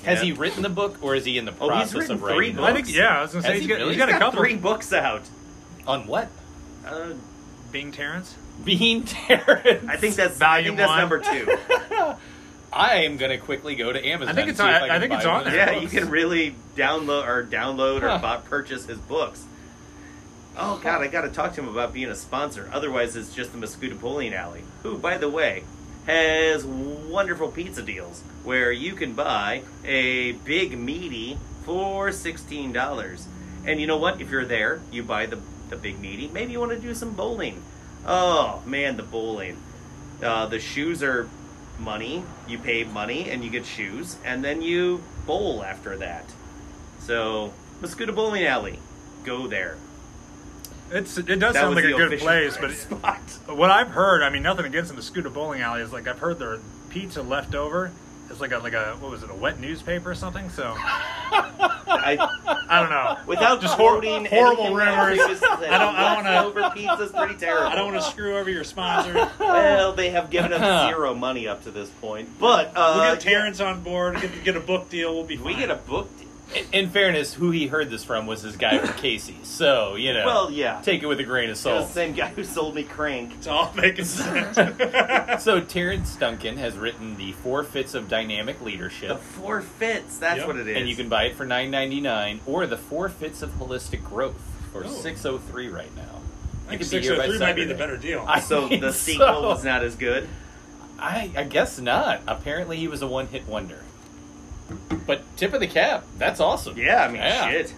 B: Has
C: Yeah.
B: he written the book, or is he in the
C: Oh, he's
B: process
C: written
B: of writing?
C: three
B: it?
E: I think, yeah, I was gonna say
B: Has
E: he's
B: he
E: got,
B: really?
E: he's got a couple.
C: three books out.
B: On what?
C: Uh,
E: Being Terrence,
B: Being Terrence.
C: I think that's I think
E: Volume
C: that's
E: one.
C: number two.
B: I am gonna quickly go to Amazon.
E: I think it's
B: and see
E: on-
B: if I,
E: I
B: can
E: think it's
B: buy
E: on
B: one of
E: there.
B: his
C: yeah, you
B: books.
C: can really download or download or
B: Huh.
C: bought, purchase his books. Oh God, I got to talk to him about being a sponsor. Otherwise, it's just the Mosquito Bowling Alley. Who, by the way, has wonderful pizza deals where you can buy a big meaty for sixteen dollars. And you know what? If you're there, you buy the the big meaty. Maybe you want to do some bowling. Oh man, the bowling. Uh, the shoes are money. You pay money and you get shoes, and then you bowl after that. So, Mosquito Bowling Alley, go there.
E: it's it does
C: That was
E: sound like a
C: the
E: good
C: official
E: place, but
C: spot.
E: what I've heard, I mean, nothing against the Scuda Bowling Alley is like I've heard their pizza left over is like a like a what was it a wet newspaper or something? So
C: I,
E: I don't know.
C: without just
E: Just hor-
C: quoting
E: horrible
C: anything else,
E: rumors.
C: it was just that
F: I don't- I don't wanna-
C: leftover pizza's pretty terrible.
F: I don't want to screw over your sponsor.
C: Well, they have given us zero money up to this point, but
F: we'll
C: uh,
F: get Terrence on board. Get, get a book deal. We'll be
C: yeah,
F: fine.
C: we get a book. d-
B: In- In fairness, who he heard this from was this guy from Casey. So you know,
C: Well, yeah,
B: take it with a grain of
C: it was
B: salt.
C: the same guy who sold me Crank.
F: It's all making sense.
B: So Terrence Duncan has written the Four Fits of Dynamic Leadership,
C: The four fits. That's
F: Yep.
C: what it is.
B: and you can buy it for nine ninety nine, or the Four Fits of Holistic Growth for
F: Oh.
B: six oh three right now.
F: I
B: You
F: think
B: could be here by
F: 603 might be the
B: Saturday.
F: better deal.
B: I
C: So
B: think
C: the sequel
B: so.
C: was not as good.
B: I, I guess not. Apparently, he was a one hit wonder. But tip of the cap, that's awesome.
C: Yeah, I mean,
B: Yeah.
C: shit.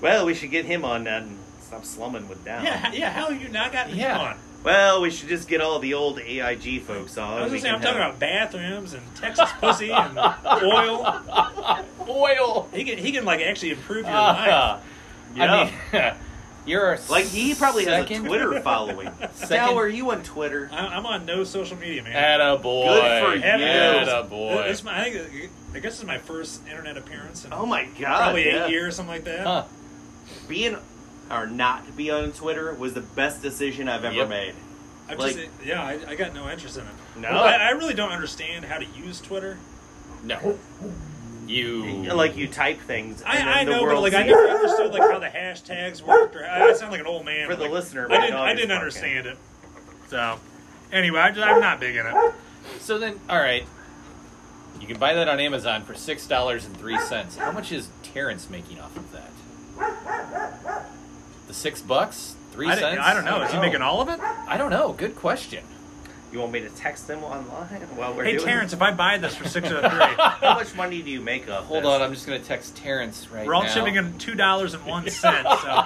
C: Well, we should get him on that and stop slumming with down.
F: yeah, yeah. How have you not gotten
B: Yeah.
F: him on?
C: Well, we should just get all the old AIG folks on.
F: I was
C: We
F: gonna say
C: can uh,
F: I'm talking
C: have-
F: about bathrooms and Texas pussy and oil.
B: Oil.
F: He can he can like actually improve your life.
C: Ah.
B: Uh,
C: Yeah.
B: I mean, you're a
C: Like, he probably has
B: second-
C: a Twitter following.
B: Second-
C: Now, are you on Twitter?
F: I, I'm on no social media, man.
B: Atta boy.
C: Good for you.
B: Atta
F: This-
B: boy.
F: this is my- I, think, I guess this is my first internet appearance in
C: Oh my god.
F: probably
C: yeah.
F: eight years, something like that.
B: Huh.
C: Being or not to be on Twitter was the best decision I've ever
B: Yep.
C: made.
F: I've
C: Like-
F: just, yeah, I, I got no interest in it.
C: No.
F: I, I really don't understand how to use Twitter.
B: No. You.
C: Like, you type things. And then
F: I, I
C: the
F: know, but
C: world
F: like I
C: sees
F: never
C: it.
F: understood like how the hashtags worked. Or I, I sound like an old man
C: For the
F: like,
C: listener, my
F: I didn't
C: dog
F: I
C: is
F: didn't
C: barking.
F: understand it.
E: So anyway, I just, I'm not big in it.
B: So then, all right. You can buy that on Amazon for six dollars and three cents. How much is Terrence making off of that? The six bucks, three
E: I,
B: cents.
E: didn't- I don't know. Is he making all of it?
B: I don't know. Good question.
C: You want me to text them online while we're
E: Hey
C: doing
E: Terrence, if I buy this for six oh out of
C: How much money do you make up?
B: Hold on, I'm just gonna text Terrence right
E: three, we're all
B: now.
E: shipping in two dollars and one cent. So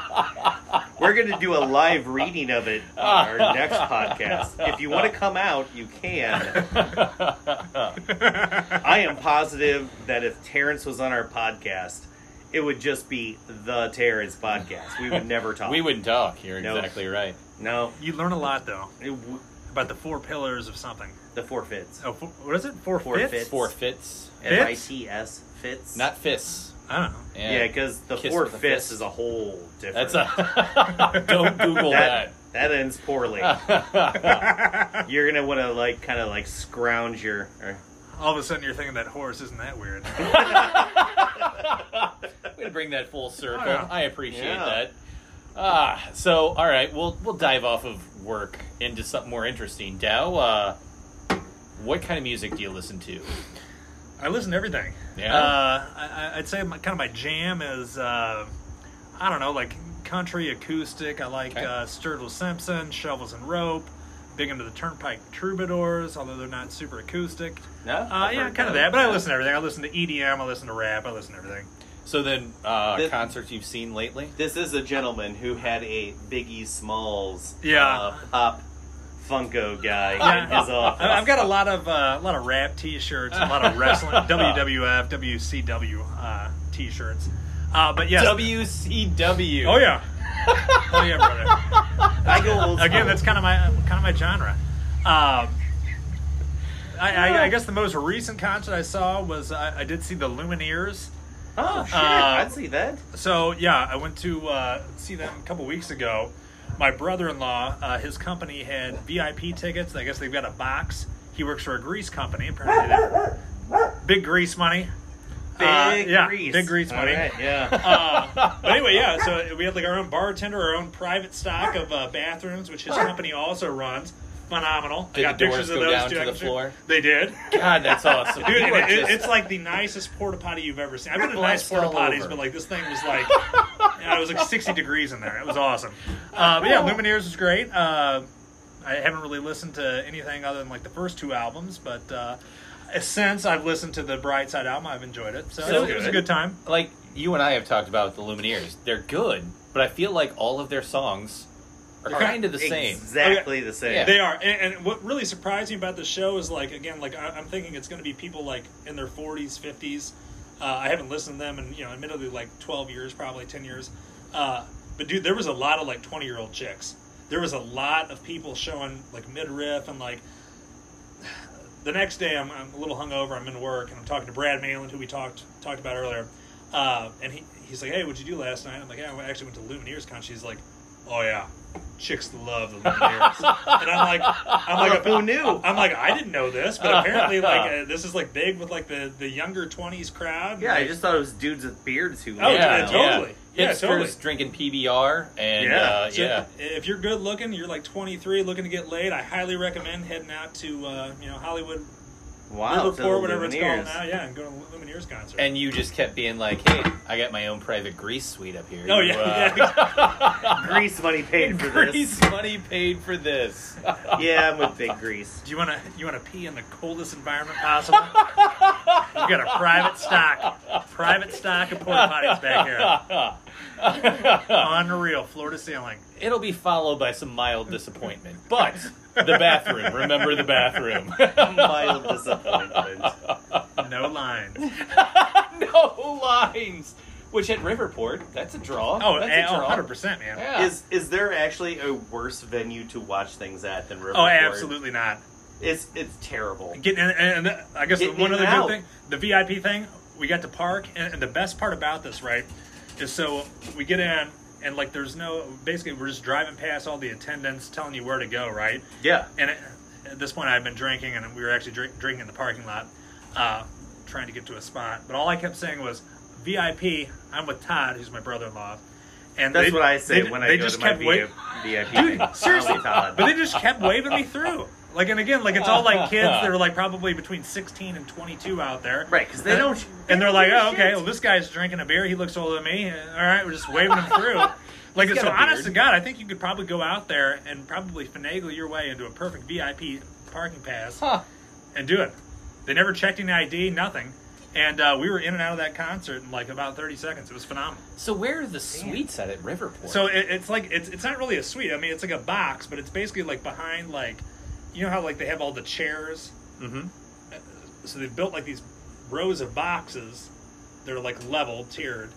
C: We're going to do a live reading of it on our next podcast. If you want to come out, you can. I am positive that if Terrence was on our podcast, it would just be the Terrence podcast. We would never talk.
B: we wouldn't talk. You're
C: No.
B: exactly right.
C: No.
E: you learn a lot though
C: It w-
E: about the four pillars of something.
C: the forfeits.
E: Oh, four, what is it? Four,
C: Four
E: fifths?
C: fifths.
B: Four fits,
C: F I T S fits.
B: not fists.
E: I don't know.
C: yeah, because the
B: Kiss
C: four
B: with a
C: fifths
B: fist.
C: is a whole different.
B: That's a don't Google that.
C: that, that ends poorly. You're gonna want to like kind of like scrounge your. Or,
E: All of a sudden, you're thinking that horse isn't that weird.
B: bring that full circle.
E: Yeah.
B: I appreciate
C: Yeah.
B: that. Ah, so all right, we'll we'll dive off of work into something more interesting. Dow, uh, what kind of music do you listen to?
E: I listen to everything.
B: Yeah?
E: Uh, I, I- I'd say my, kind of my jam is, uh, I don't know, like country acoustic. I like
B: Okay.
E: uh, Sturgill Simpson, Shovels and Rope. Big into the Turnpike Troubadours, although they're not super acoustic.
B: No,
E: Uh, yeah, kind of that. But I listen to everything. I listen to EDM. I listen to rap. I listen to everything.
B: So then, uh,
C: The-
B: concerts you've seen lately?
C: This is a gentleman who had a Biggie Smalls
E: Yeah.
C: uh, pop Funko guy in
E: Yeah.
C: his office.
E: I- I've got a lot of uh, a lot of rap T-shirts, a lot of wrestling WWF, WCW uh, T-shirts. Uh, but yes,
B: WCW.
E: oh yeah, oh yeah, brother.
C: I go old
E: Again,
C: school.
E: that's kind of my kind of my genre. Um, I, I, I guess the most recent concert I saw was I, I did see the Lumineers.
C: Oh shit!
E: Uh,
C: I'd see that.
E: So yeah, I went to uh, see them a couple weeks ago. My brother-in-law, uh, his company had VIP tickets. I guess they've got a box. He works for a grease company. Apparently, they- big grease money. Uh,
C: Big
E: yeah,
C: grease.
E: big grease money.
C: All right, yeah.
E: Uh, but anyway, yeah. So we had like our own bartender, our own private stock of uh, bathrooms, which his company also runs. Phenomenal.
B: Did
E: I got
B: the doors
E: pictures
B: go
E: of those
B: down
E: too.
B: to
E: I
B: the
E: can show-
B: floor?
E: They did.
B: God, that's awesome.
E: Dude,
B: You
E: it,
B: are
E: it-
B: just-
E: it's like the nicest porta potty you've ever seen. I've been in nice
B: Blessed
E: porta
B: all
E: potties,
B: over.
E: but like this thing was like, yeah, it was like 60 degrees in there. It was awesome. Uh, but yeah, Lumineers was great. Uh, I haven't really listened to anything other than like the first two albums, but uh, since I've listened to the Bright Side album, I've enjoyed it. So,
B: So
E: it, was, it was a
B: good.
E: good time.
B: like you and I have talked about the Lumineers. They're good, but I feel like all of their songs are kind of the same.
C: Exactly the same.
B: Yeah.
F: They are, and, and what really surprised me about the show is like again, like I, I'm thinking it's going to be people like in their 40s, 50s. Uh, I haven't listened to them, in you know, admittedly, like 12 years, probably 10 years. Uh, but dude, there was a lot of like 20 year old chicks. There was a lot of people showing like midriff and like. The next day, I'm, I'm a little hungover. I'm in work, and I'm talking to Brad Malin, who we talked talked about earlier. Uh, and he, he's like, "Hey, what'd you do last night?" I'm like, "Yeah, I actually went to Lumineers concert." He's like, "Oh yeah, chicks love the Lumineers." and I'm like, I'm like,
C: Who knew?
F: I'm like, I didn't know this, but apparently, like, uh, this is like big with like the the younger 20s crowd.
C: Yeah, I
F: Like,
C: just thought it was dudes with beards who.
F: Oh, yeah,
C: liked it.
F: totally. Yeah,
B: Hipsters
F: totally.
B: drinking PBR and
C: Yeah.
B: uh,
F: so
B: yeah.
F: If you're good looking, you're like 23, looking to get laid. I highly recommend heading out to uh, you know Hollywood
C: Wow. to the
F: Riverport, whatever it's
C: Lumineers.
F: called now. Yeah, and go to a Lumineers concert.
B: And you just kept being like, "Hey, I got my own private grease suite up here."
F: Oh,
B: You, uh,
F: yeah,
C: Grease money paid for
B: grease
C: this.
B: money paid for this.
C: Yeah, I'm with big grease.
E: Do you want to you want to pee in the coldest environment possible? You've got a private stock, private stock of porta potties back here. Unreal, floor to ceiling.
B: It'll be followed by some mild disappointment, but the bathroom. Remember the bathroom.
C: Mild disappointment.
E: No lines.
B: no lines. Which at Riverport, that's a draw.
E: Oh,
B: that's a
E: eh, oh,
B: draw.
E: 100%, man.
B: Yeah.
C: Is is there actually a worse venue to watch things at than Riverport?
E: Oh, absolutely not.
C: It's it's terrible.
E: Getting in, and and I guess
C: Getting
E: one
C: in
E: other
C: and
E: good
C: out.
E: thing, the VIP thing, we got to park, and, and the best part about this, right, is so we get in, and like there's no, basically we're just driving past all the attendants telling you where to go, right?
C: Yeah.
E: And at, at this point, I had been drinking, and we were actually drink, drinking in the parking lot, uh, trying to get to a spot. But all I kept saying was VIP. I'm with Todd, who's my brother-in-law, and
C: That's
E: they-
C: what I say
E: they-
C: when I
E: they
C: go
E: just
C: to my
E: kept wait-
C: VIP.
E: Dude,
C: thing.
E: seriously.
C: Probably Todd.
E: But they just kept waving me through. Like, and again, like it's all like kids that are like probably between 16 and 22 out there.
C: Right, 'cause they
E: And-
C: don't-
E: And they're
C: they
E: like,
C: don't give a
E: oh, okay,
C: shit."
E: well, this guy's drinking a beer. He looks older than me. Uh, All right, we're just waving him through. Like,
B: He's
E: so
B: got a
E: honest
B: beard.
E: to God, I think you could probably go out there and probably finagle your way into a perfect VIP parking pass
B: Huh.
E: and do it. They never checked any ID, nothing. And uh, we were in and out of that concert in like about 30 seconds. It was phenomenal.
B: So where are the suites at at Riverport?
E: So it, it's like it's it's not really a suite. I mean, it's like a box, but it's basically like behind like, you know how like they have all the chairs. Uh,
B: Mhm.
E: So they've built like these rows of boxes. They're like level tiered,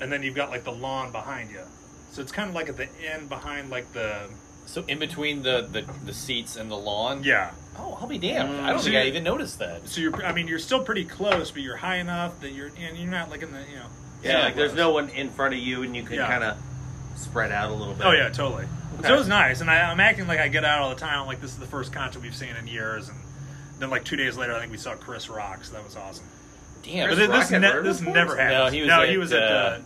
E: and then you've got like the lawn behind you. So it's kind of like at the end behind like the
B: so in between the, the, the seats and the lawn.
E: yeah.
B: Oh, I'll be damned. I
E: Mm.
B: don't think I
E: So-
B: even noticed that.
E: So you're I mean you're still pretty close, but you're high enough that you're and you're not like in the you know.
C: yeah,
B: Yeah,
C: like there's no one in front of you, and you can
E: Yeah.
C: kind of spread out a little bit.
E: Oh yeah, totally.
C: Okay.
E: So it was nice, and I, I'm acting like I get out all the time. I'm like, this is the first concert we've seen in years, and then like two days later, I think we saw Chris Rock, so that was awesome.
B: Damn.
E: But
C: Chris Rock
E: this
C: at
E: ne- this
C: Riverport?
E: never happened.
B: no, he was.
E: no,
B: at,
E: he was at
B: uh,
E: uh,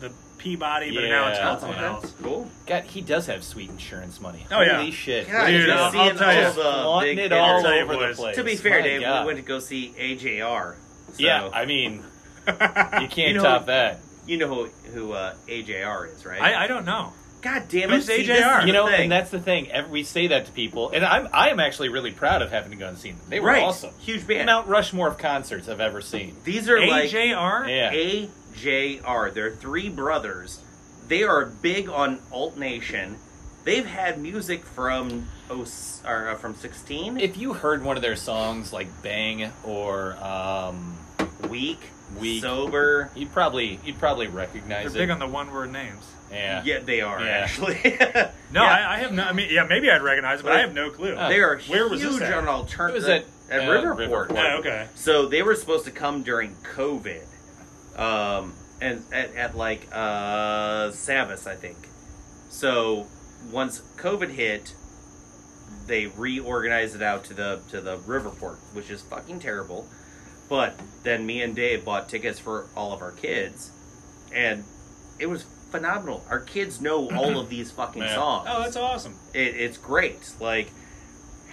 E: the Peabody, but now it's
B: Yeah.
E: called something
B: Okay.
E: else.
G: Cool.
B: God, he does have sweet insurance money.
E: Oh, yeah.
B: Holy shit.
G: Yeah,
E: Dude,
G: he's
E: I'll-
G: seeing
E: I'll tell
G: all
E: ya.
G: the
B: flaunting
G: big
B: it all
E: I'll tell you,
B: over the
E: boys.
B: place.
C: To be fair,
B: My
C: Dave,
B: God.
C: we went to go see AJR. So
B: Yeah, I mean, you can't
C: You know-
B: top that.
C: you know who who uh, AJR is, right?
E: I, I don't know.
C: God damn it!
E: Who's
C: see, this
E: AJR?
C: is
B: You
C: the
B: know,
C: thing.
B: and that's the thing. ev- We say that to people, and I'm I am actually really proud of having gone and seen them. They were
C: right.
B: awesome.
C: Huge band.
B: Mount Rushmore of concerts I've ever seen.
C: These are like
E: AJR?
B: Yeah,
C: AJR. They're three brothers. They are big on alt nation. They've had music from oh, or uh, from sixteen.
B: if you heard one of their songs like "Bang" or um,
C: weak,
B: Weak.
C: sober.
B: you'd probably you'd probably
E: They're
B: recognize
E: big
B: it.
E: on the one word names.
B: yeah.
C: Yeah, they are
B: Yeah.
C: actually.
E: No,
C: Yeah.
E: I, I have no. I mean, yeah, maybe I'd recognize it, but I have no clue.
B: Uh,
C: they are
E: Where was
C: huge
E: this at?
C: on
B: It
C: alternative
B: was at,
C: at
B: uh,
C: Riverport.
B: Riverport.
E: Oh, okay.
C: So they were supposed to come during COVID, um, and at, at like uh, Sabbath, I think. So once COVID hit, they reorganized it out to the to the Riverport, which is fucking terrible. But then me and Dave bought tickets for all of our kids, and it was phenomenal. Our kids know all of these fucking
B: Yeah.
C: songs
E: Oh, that's awesome.
C: it, it's great. Like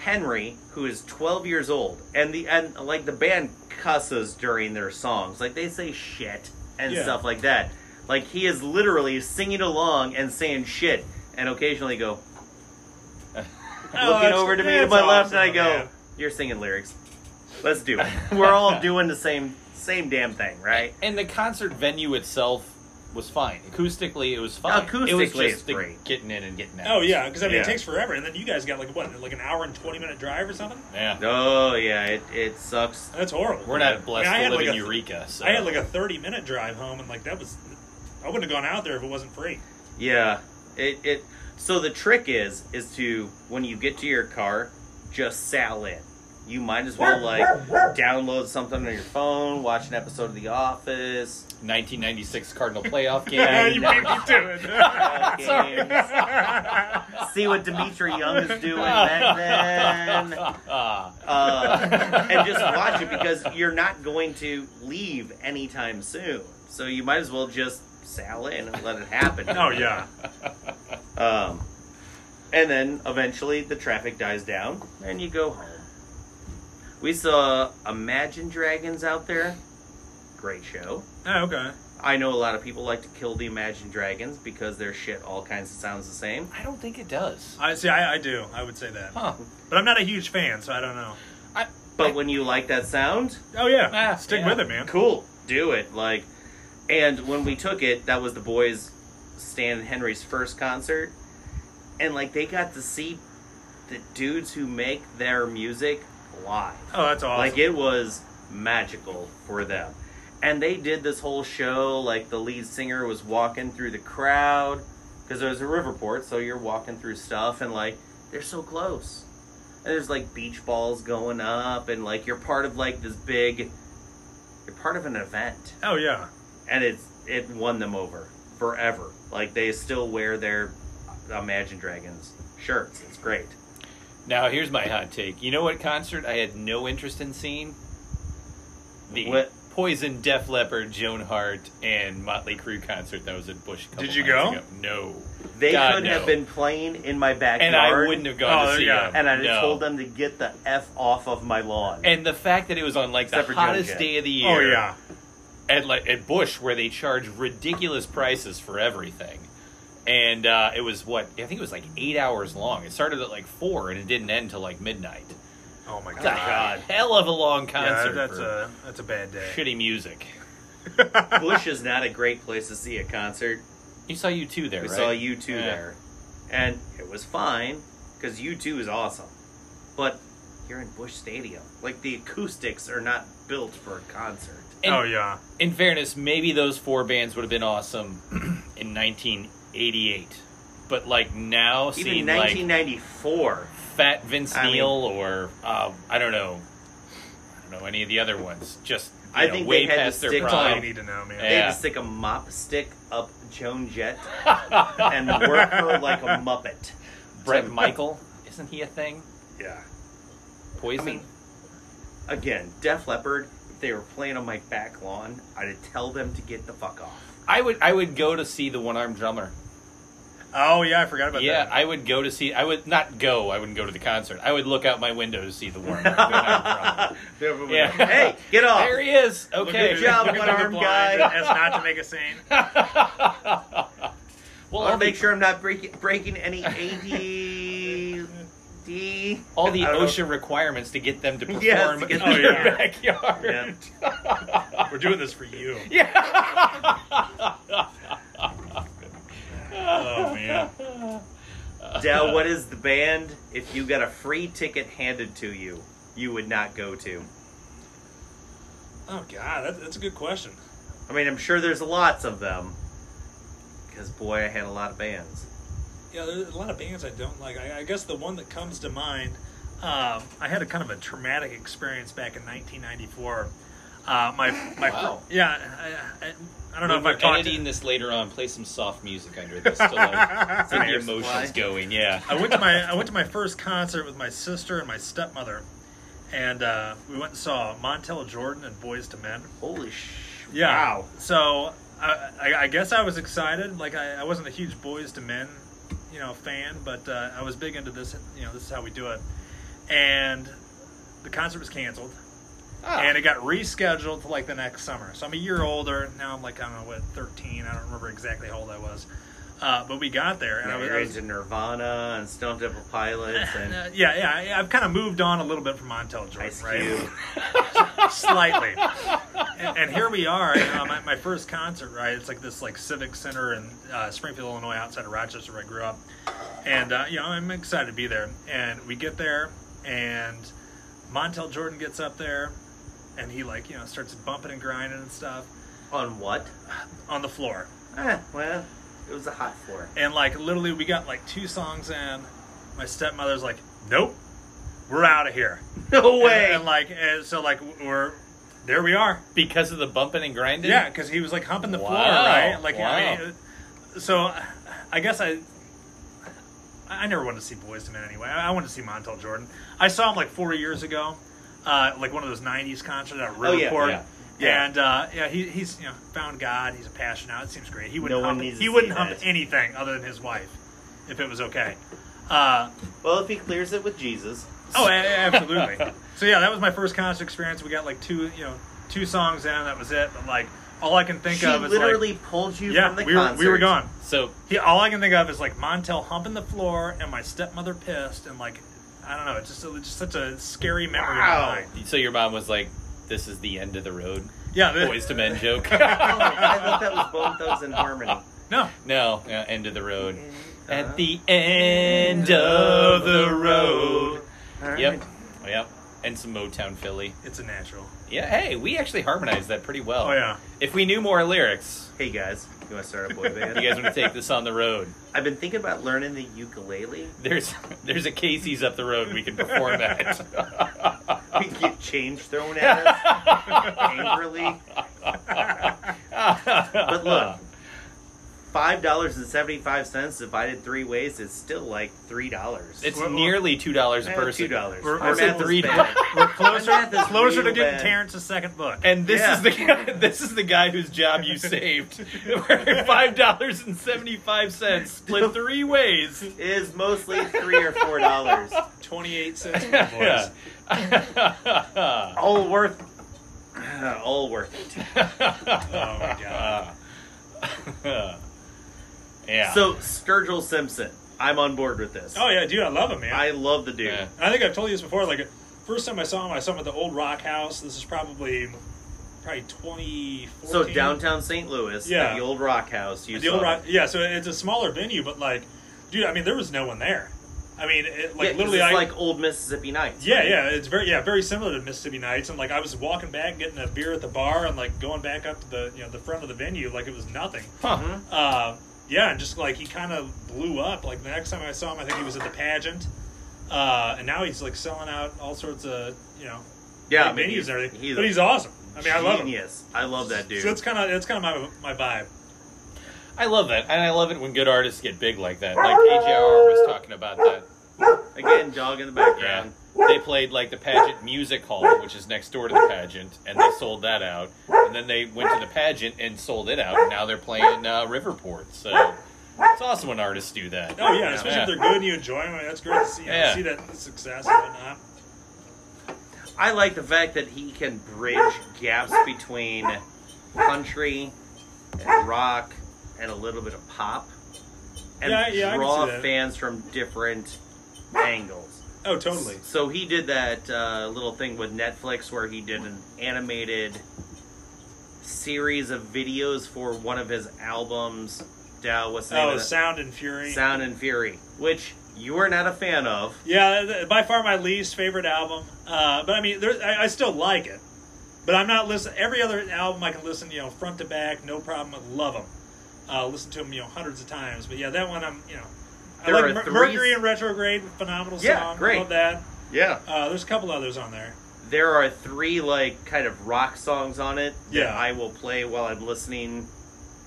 C: Henry, who is 12 years old, and the and like the band cusses during their songs, like they say shit and
E: Yeah.
C: stuff like that. Like he is literally singing along and saying shit, and occasionally go looking
E: that's-
C: over to me
E: that's
C: to my left,
E: Oh, awesome,
C: and I go,
E: man.
C: "You're singing lyrics. Let's do it. We're all doing the same same damn thing, right?"
B: And the concert venue itself was fine. Acoustically, it was fine. it was
C: Acoustically,
B: just
C: it's
B: the
C: great.
B: getting in and getting out.
E: Oh yeah, because I mean
C: Yeah.
E: it takes forever, and then you guys got like what, like an hour and twenty minute drive or something?
B: yeah.
C: Oh yeah, it it sucks.
E: That's horrible.
B: We're not blessed
E: I mean, I had
B: to live
E: like
B: in
E: a-
B: Eureka. So.
E: I had like a thirty minute drive home, and like that was, I wouldn't have gone out there if it wasn't free.
C: Yeah. It it so the trick is is to when you get to your car, just sal in. You might as well like download something on your phone, watch an episode of The Office.
B: 1996 Cardinal playoff game.
E: Yeah, you made me do it.
C: games, see what Dimitri Young is doing back then, uh, and just watch it because you're not going to leave anytime soon. So you might as well just sal in and let it happen.
E: oh yeah,
C: Um, and then eventually the traffic dies down and you go home. We saw Imagine Dragons out there. Great show.
E: oh, okay.
C: I know a lot of people like to kill the Imagine Dragons because their shit all kinds of sounds the same.
B: I don't think it does.
E: I see. I, I do. I would say that,
B: Huh.
E: but I'm not a huge fan, so I don't know.
C: But when you like that sound,
E: Oh yeah,
B: Ah,
E: stick
B: yeah.
E: with it, man.
C: cool, do it. Like, and when we took it, that was the boys, Stan and Henry's first concert, and like they got to see the dudes who make their music live.
E: Oh, that's awesome.
C: Like it was magical for them. And they did this whole show like the lead singer was walking through the crowd because it was a Riverport, so you're walking through stuff and like they're so close. And there's like beach balls going up and like you're part of like this big you're part of an event
E: oh yeah.
C: and it's it won them over forever. Like they still wear their Imagine Dragons shirts. It's great.
B: Now here's my hot take. You know what concert I had no interest in seeing? The
C: What?
B: Poison, Def Leppard, Joan Hart, and Motley Crue concert that was at Bush. A couple
E: Did you
B: months
E: go?
B: ago. No.
C: They
B: God,
C: could
B: no.
C: have been playing in my backyard.
B: And I wouldn't have gone
E: Oh,
B: to see
E: yeah.
B: them.
C: and I
B: No.
C: told them to get the f off of my lawn.
B: And the fact that it was on like
C: Except
B: the
C: for Joan
B: hottest
C: Jett.
B: day of the year.
E: Oh yeah.
B: at like at Bush where they charge ridiculous prices for everything. And uh, it was what I think it was like eight hours long. It started at like four and it didn't end till like midnight.
E: Oh my god.
B: It's a hell of a long concert.
E: Yeah, that's
B: for
E: a that's a bad day.
B: shitty music.
C: Bush is not a great place to see a concert.
B: You saw you two there,
C: We
B: right?
C: saw you two
B: Yeah.
C: there, and it was fine because you two is awesome. But you're in Bush Stadium. Like the acoustics are not built for a concert.
B: And
E: oh yeah.
B: In fairness, maybe those four bands would have been awesome in 1988, but like now, seeing
C: Even
B: like
C: 1994.
B: Fat Vince
C: I mean-
B: Neil or um, I don't know, I don't know any of the other ones. Just you
C: I
B: know,
C: think
B: way
C: they had to
B: past their
C: stick
E: That's all you
B: prime.
E: need to know, man.
C: They
B: Yeah.
C: had to stick a mop stick up Joan Jett and work her like a muppet.
B: Brett Michael, isn't he a thing?
E: Yeah.
B: Poison.
C: I mean, again, Def Leppard, if they were playing on my back lawn, I'd tell them to get the fuck off.
B: I would I would go to see the one armed drummer.
E: Oh yeah, I forgot about
B: yeah,
E: that.
B: I would go to see. I would not go. I wouldn't go to the concert. I would look out my window to see the one. armed drummer.
C: They were-
B: Yeah.
C: Hey, get off!
B: there he is. Okay.
C: Good job,
E: Look at the
C: one-armed
E: blind
C: guy.
E: As not to make a scene.
B: well,
C: I'll
B: all
C: make
B: the,
C: sure I'm not breaking breaking any AD.
B: all the
C: I don't know.
B: OSHA requirements to get them to perform
C: Yes, to get
B: in
C: them
B: your
E: there.
B: backyard.
E: We're doing this for you. Oh man.
C: Dell, what is the band? If you got a free ticket handed to you, you would not go to.
H: Oh god, that, that's a good question.
C: I mean, I'm sure there's lots of them. Because boy, I had a lot of bands.
H: Yeah, there's a lot of bands I don't like. I, I guess the one that comes to mind.
E: Um, I had a kind of a traumatic experience back in 1994. Uh, my my
B: Wow.
E: fir- yeah, I, I, I don't know if
B: We're
E: I've talked.
B: editing this later on. Play some soft music under this to like
E: to-
B: get the
C: Fire
B: emotions
C: supply.
B: going. Yeah.
E: I went to my I went to my first concert with my sister and my stepmother, and uh, we went and saw Montel Jordan and Boys to Men.
C: Holy sh!
E: Yeah.
C: Wow.
E: So I, I, I guess I was excited. Like I, I wasn't a huge Boys to Men, you know, fan, but uh, I was big into this. You know, this is how we do it. And the concert was canceled, and it got rescheduled to like the next summer. So I'm a year older now. I'm like I don't know what 13. I don't remember exactly how old I was. Uh, but we got there, and
C: Now
E: I was,
C: you're
E: I was
C: into Nirvana and Stone Temple Pilots and
E: uh, yeah, yeah, yeah. I've kind of moved on a little bit from Montel Jordan,
C: Ice
E: right?
C: Cube.
E: Slightly. and, and here we are. you know, my, my first concert, right? It's like this like civic center in uh, Springfield, Illinois, outside of Rochester, where I grew up. And uh, you know, I'm excited to be there. And we get there, and Montel Jordan gets up there, and he like you know starts bumping and grinding and stuff
C: On what?
E: on the floor.
C: Eh, well, it was a hot floor.
E: And like literally, we got like two songs in. My stepmother's like, "Nope, we're out of here."
C: No
E: And,
C: way.
E: and, like, and so like we're there. We are.
B: Because of the bumping and grinding.
E: Yeah, because he was like humping the floor,
B: Wow,
E: right? Like, I
B: wow.
E: mean, uh, so I guess I. I never wanted to see Boys to Men anyway. I I wanted to see Montel Jordan. I saw him like four years ago, uh, like one of those '90s concerts at
C: Oh, yeah,
E: Riverport.
B: yeah,
C: yeah.
E: And uh, yeah, he, he's you know found God. He's a passion out. It seems great. He wouldn't
C: No one
E: hump,
C: needs to
E: he wouldn't
C: see
E: hump
C: that.
E: anything other than his wife, if it was okay. Uh,
C: Well, if he clears it with Jesus,
E: Oh, a- a- absolutely. so yeah, that was my first concert experience. We got like two, you know, two songs in. That was it. But like, all I can think
C: she
E: of is
C: literally pulled you
E: like, yeah,
C: from the
E: we were,
C: concert.
E: we were gone.
B: So
E: He, all I can think of is like Montel humping the floor and my stepmother pissed and like, I don't know, it's just it's just such a scary memory
C: Wow.
E: in my mind.
B: so your mom was like, "This is the end of the road."
E: Yeah, the-
B: Boys to men joke.
C: Oh, I thought that was both those in harmony.
E: no,
B: no, yeah, end of the road. At the
C: Uh,
B: end of the road. Yep. Oh, Yep. And some Motown Philly.
E: it's a natural.
B: Yeah, hey, we actually harmonized that pretty well.
E: Oh yeah,
B: If we knew more lyrics,
C: Hey guys, you want to start a boy band?
B: you guys want to take this on the road.
C: I've been thinking about learning the ukulele.
B: There's there's a Casey's up the road we can perform at.
C: We get change thrown at us angrily. But look, five dollars and seventy-five cents divided three ways is still like three dollars.
B: it's nearly two dollars a person.
C: eh, two dollars.
E: We're-
C: Our
E: we're
C: math is
B: three
C: bad.
B: dollars.
E: we're closer,
C: math is
E: closer to
C: real
E: getting
C: bad.
E: Terrence's second book.
B: And this
C: Yeah.
B: is the guy, this is the guy whose job you saved. Five dollars and seventy five cents split three ways.
C: Is mostly three or four dollars.
H: Twenty-eight cents. for the boys.
B: Yeah.
C: All worth. All worth it.
E: Oh,
B: my god. yeah.
C: So Sturgill Simpson, I'm on board with this.
H: Oh yeah, dude, I love him, man.
C: I love the dude.
B: Yeah.
H: And I think I've told you this before. Like, first time I saw him, I saw him at the Old Rock House. This is probably probably twenty.
C: So downtown St. Louis,
H: Yeah.
C: the old Rock House. You
H: The
C: saw
H: Old
C: it.
H: Rock, yeah. So it's a smaller venue, but like, dude, I mean, there was no one there. I mean, it, like
C: Yeah, 'cause
H: literally,
C: it's
H: I
C: like old Mississippi Nights.
H: yeah, yeah. It's very yeah, very similar to Mississippi Nights. And like, I was walking back, getting a beer at the bar, and like going back up to the you know the front of the venue, like it was nothing.
C: hmm.
B: Huh.
H: Uh, yeah, and just like he kind of blew up. Like the next time I saw him, I think he was at the pageant, uh, and now he's like selling out all sorts of you know
C: yeah.
H: like,
C: I mean,
H: venues
C: he's,
H: and everything.
C: he's
H: but
C: a
H: he's awesome. I mean, I love him.
C: genius. I love that dude.
H: So that's kind of that's kind of my my vibe.
B: I love that, and I love it when good artists get big like that. Like AJR was talking about that.
C: Again, dog in the background.
B: they played like the pageant music hall, which is next door to the pageant, and they sold that out. And then they went to the pageant and sold it out. And now they're playing uh, Riverport. So it's awesome when artists do that.
E: Oh yeah, especially if they're good and you enjoy them. I mean, that's great to see. you know,
B: Yeah.
E: see that success and whatnot.
C: I like the fact that he can bridge gaps between country and rock and a little bit of pop and
E: Yeah, yeah, I can
C: draw
E: see that.
C: fans from different angles.
E: Oh, totally.
C: So he did that uh, little thing with Netflix where he did an animated series of videos for one of his albums. Dow, what's the name
E: Oh,
C: of that?
E: Sound and Fury.
C: Sound and Fury, which you are not a fan of.
E: Yeah, th- by far my least favorite album. Uh, but I mean, there, I, I still like it. But I'm not listen. Every other album I can listen, you know, front to back, no problem. I love them. Uh, listen to them, you know, hundreds of times. But yeah, that one I'm, you know,
C: There
E: I
C: are
E: like Mer-
C: three-
E: Mercury in Retrograde, phenomenal
C: Yeah,
E: song.
C: great.
E: Love that.
C: Yeah.
E: Uh, there's a couple others on there.
C: there are three like kind of rock songs on it that
E: Yeah.
C: I will play while I'm listening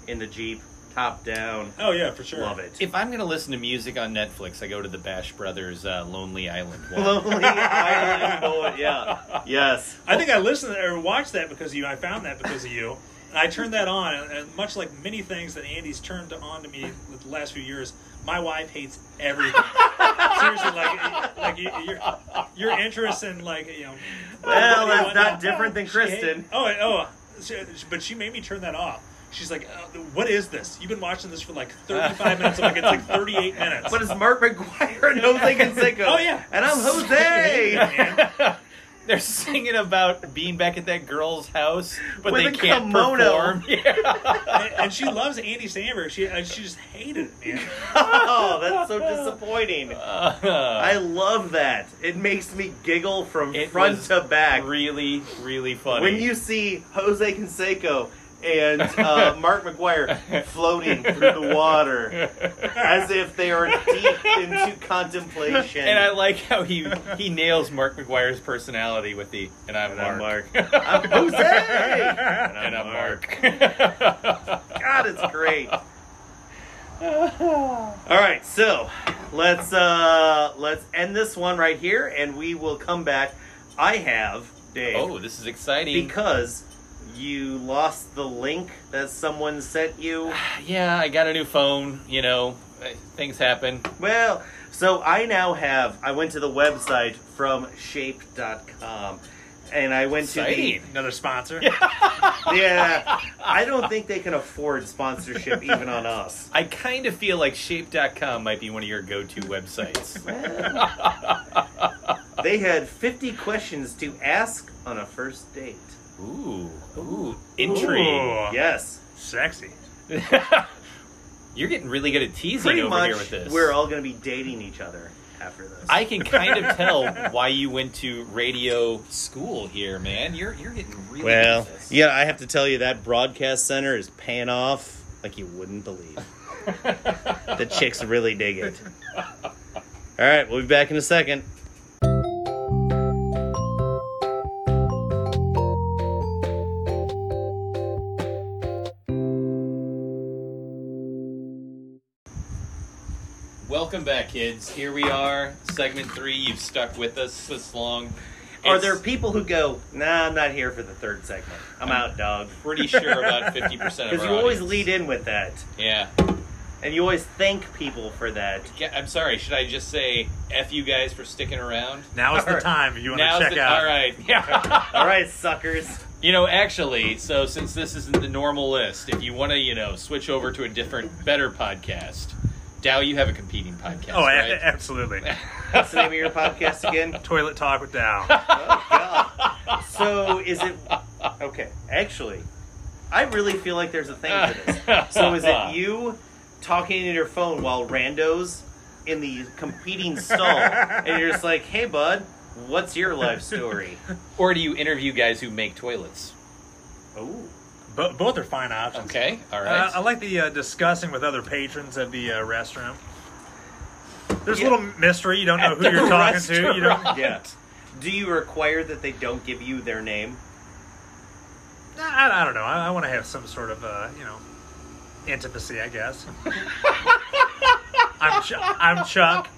C: in the Jeep, top down.
E: Oh yeah, for sure.
C: Love it.
B: If I'm gonna listen to music on Netflix, I go to the Bash Brothers uh, Lonely Island. one.
C: Lonely Island Boy, yeah. Yes.
E: I think I listened or watched that because of you. I found that because of you. And I turned that on, and- and much like many things that Andy's turned on to me with the last few years, my wife hates everything. Seriously, like, like you, your your interest in like you know.
C: Well, that's
E: whatnot.
C: not different than
E: She hate-
C: Kristen.
E: oh, oh, she- but she made me turn that off. She's like, uh, "What is this? You've been watching this for like 35 minutes. I'm like, it's like 38 minutes."
C: But it's Mark McGuire and Jose Canseco.
E: Oh, yeah.
C: And I'm Jose.
B: They're singing about being back at that girl's house, but
C: With
B: they
C: a
B: can't
C: kimono.
B: perform. Yeah.
E: and, and she loves Andy Samberg. She uh, she just hated it, man.
C: oh, that's so disappointing.
B: Uh,
C: I love that. It makes me giggle from
B: It
C: front
B: was
C: to back.
B: Uh, really, really funny.
C: When you see Jose Canseco and uh, Mark McGuire floating through the water as if they are deep into contemplation.
B: and I like how he he nails Mark McGuire's personality with the and I'm
C: And I'm
B: Mark.
C: I'm Jose!
B: and I'm Mark.
C: God, it's great. All right, so let's uh, let's end this one right here, and we will come back. I have Dave
B: oh, this is exciting.
C: because you lost the link that someone sent you.
B: yeah, I got a new phone. You know, eh, things happen.
C: Well, so I now have. I went to the website from shape.com and I went
B: Exciting.
E: Another sponsor.
C: to the. Yeah. I don't think they can afford sponsorship even on us.
B: I kind of feel like Shape.com might be one of your go-to websites.
C: They had 50 questions to ask on a first date.
B: Ooh, ooh, intrigue.
E: Ooh,
C: Yes.
E: Sexy.
B: You're getting really good at teasing
C: Pretty
B: over
C: much,
B: here with this.
C: we're all going to be dating each other after this.
B: I can kind of tell why you went to radio school here, man. You're you're getting really
C: well,
B: good at this.
C: yeah, I have to tell you that broadcast center is paying off like you wouldn't believe. the chicks really dig it. All right, we'll be back in a second.
B: Welcome back, kids. Here we are, segment three. You've stuck with us this long.
C: Are
B: It's
C: there people who go, nah, I'm not here for the third segment. I'm out, dog.
B: pretty sure about fifty percent of
C: Because
B: our
C: you always
B: audience.
C: lead in with that.
B: Yeah.
C: And you always thank people for that.
B: Yeah, I'm sorry. Should I just say "f you guys" for sticking around?
I: Now is the
C: Alright.
I: time if you want
B: Now's
I: to check
B: the-
I: out.
B: All right. Yeah.
C: All right, suckers.
B: You know, actually, so since this isn't the normal list, if you want to, you know, switch over to a different, better podcast, Dow, you have a competing podcast,
I: oh, a-
B: right?
I: absolutely.
C: What's the name of your podcast again?
I: Toilet talk with Dow.
C: Oh, God. So is it. Okay, actually, I really feel like there's a thing for this. So is it you talking in your phone while randos in the competing stall, and you're just like, "Hey, bud, what's your life story?"
B: or do you interview guys who make toilets?
C: Oh,
I: Bo- both are fine options.
B: Okay, all
I: Uh,
B: right.
I: I like the uh, discussing with other patrons at the uh, restaurant. There's
C: Yeah.
I: a little mystery. You don't know
B: At
I: who
B: the
I: you're talking to. You don't.
B: restaurant.
C: yeah. Do you require that they don't give you their name?
I: Nah, I, I don't know. I, I want to have some sort of, uh, you know, intimacy, I guess. I'm, Ch- I'm Chuck.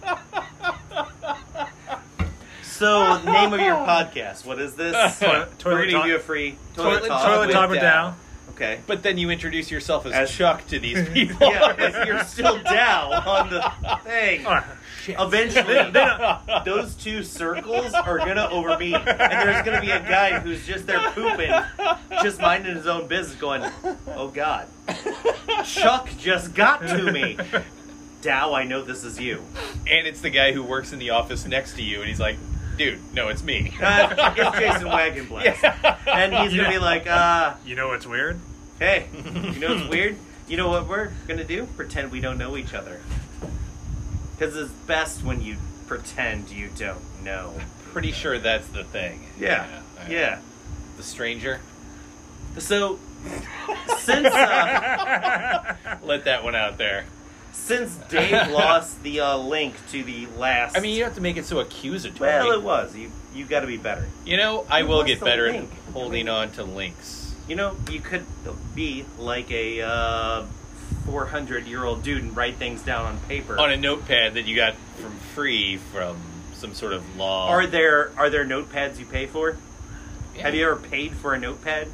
C: So, name of your podcast. What is this?
B: Toilet-
C: We're
E: toilet
C: gonna give
E: talk-
C: you a free toilet,
B: Toilet-
C: talk.
E: Toilet
C: with
E: Timer
C: Dad.
E: Down.
C: Okay.
B: But then you introduce yourself as,
C: As-
B: Chuck to these people.
C: Yeah, if you're still down on the thing.
E: Oh, shit.
C: Eventually, those two circles are gonna overmeet, and there's gonna be a guy who's just there pooping, just minding his own business, going, "Oh God, Chuck just got to me." Dow, I know this is you.
B: and it's the guy who works in the office next to you, and he's like, "Dude, no, it's me."
C: Uh, it's Jason Wagonblast,
B: Yeah.
C: and he's gonna be like, uh,
E: You know what's weird?
C: "Hey, you know what's weird? You know what we're gonna do? Pretend we don't know each other, because it's best when you pretend you don't know."
B: Pretty sure that's the thing.
C: Yeah,
B: I-
C: yeah.
B: The stranger.
C: So, since uh,
B: Let that one out there.
C: since Dave lost the uh, link to the last,
B: I mean, you don't have to make it so accusatory.
C: well, it was you. You got to be better.
B: you know, I
C: You
B: will
C: lost
B: get
C: the
B: better
C: link.
B: at holding on to links.
C: You know, you could be like a uh, four hundred year old dude and write things down on paper.
B: on a notepad that you got from free from some sort of law.
C: are there are there notepads you pay for?
B: Yeah.
C: Have you ever paid for a notepad?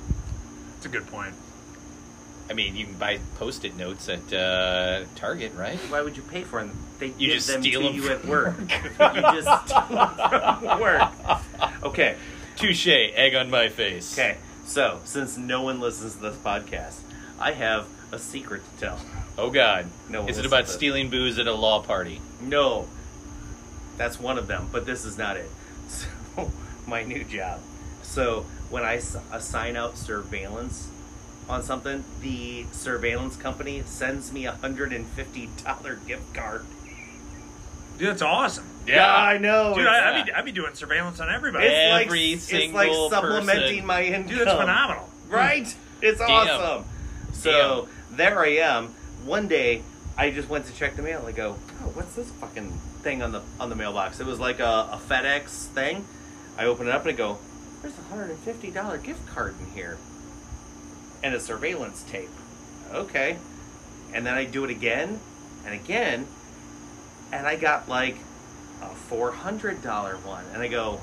E: It's a good point.
B: I mean, you can buy Post-it notes at uh, Target, right?
C: Why would you pay for them? They
B: You
C: give
B: just
C: them
B: steal
C: to
B: them
C: you
B: from
C: at work. you just steal them from work. Okay.
B: Touche. Egg on my face.
C: Okay, so since no one listens to this podcast, I have a secret to tell.
B: Oh God.
C: No one
B: Is
C: listens
B: it about
C: to this.
B: stealing booze at a law party?
C: No, that's one of them, but this is not it. So, my new job. So, when I s- assign out surveillance on something, the surveillance company sends me a $150 gift card.
E: Dude, that's awesome.
C: I know.
E: Dude,
C: it's-
E: I, I'd, be, I'd be doing surveillance on everybody.
B: Yeah.
C: it's
B: Every
C: like, it's like
B: single
C: supplementing
B: person.
C: my income.
E: Dude, that's phenomenal.
C: Right? It's
B: Damn.
C: awesome. So there I am. One day, I just went to check the mail. and I go, oh, what's this fucking thing on the on the mailbox? It was like a, a FedEx thing. I open it up and I go, there's a hundred and fifty dollar gift card in here, and a surveillance tape. Okay. And then I do it again, and again, and I got like a four hundred dollar one, and I go,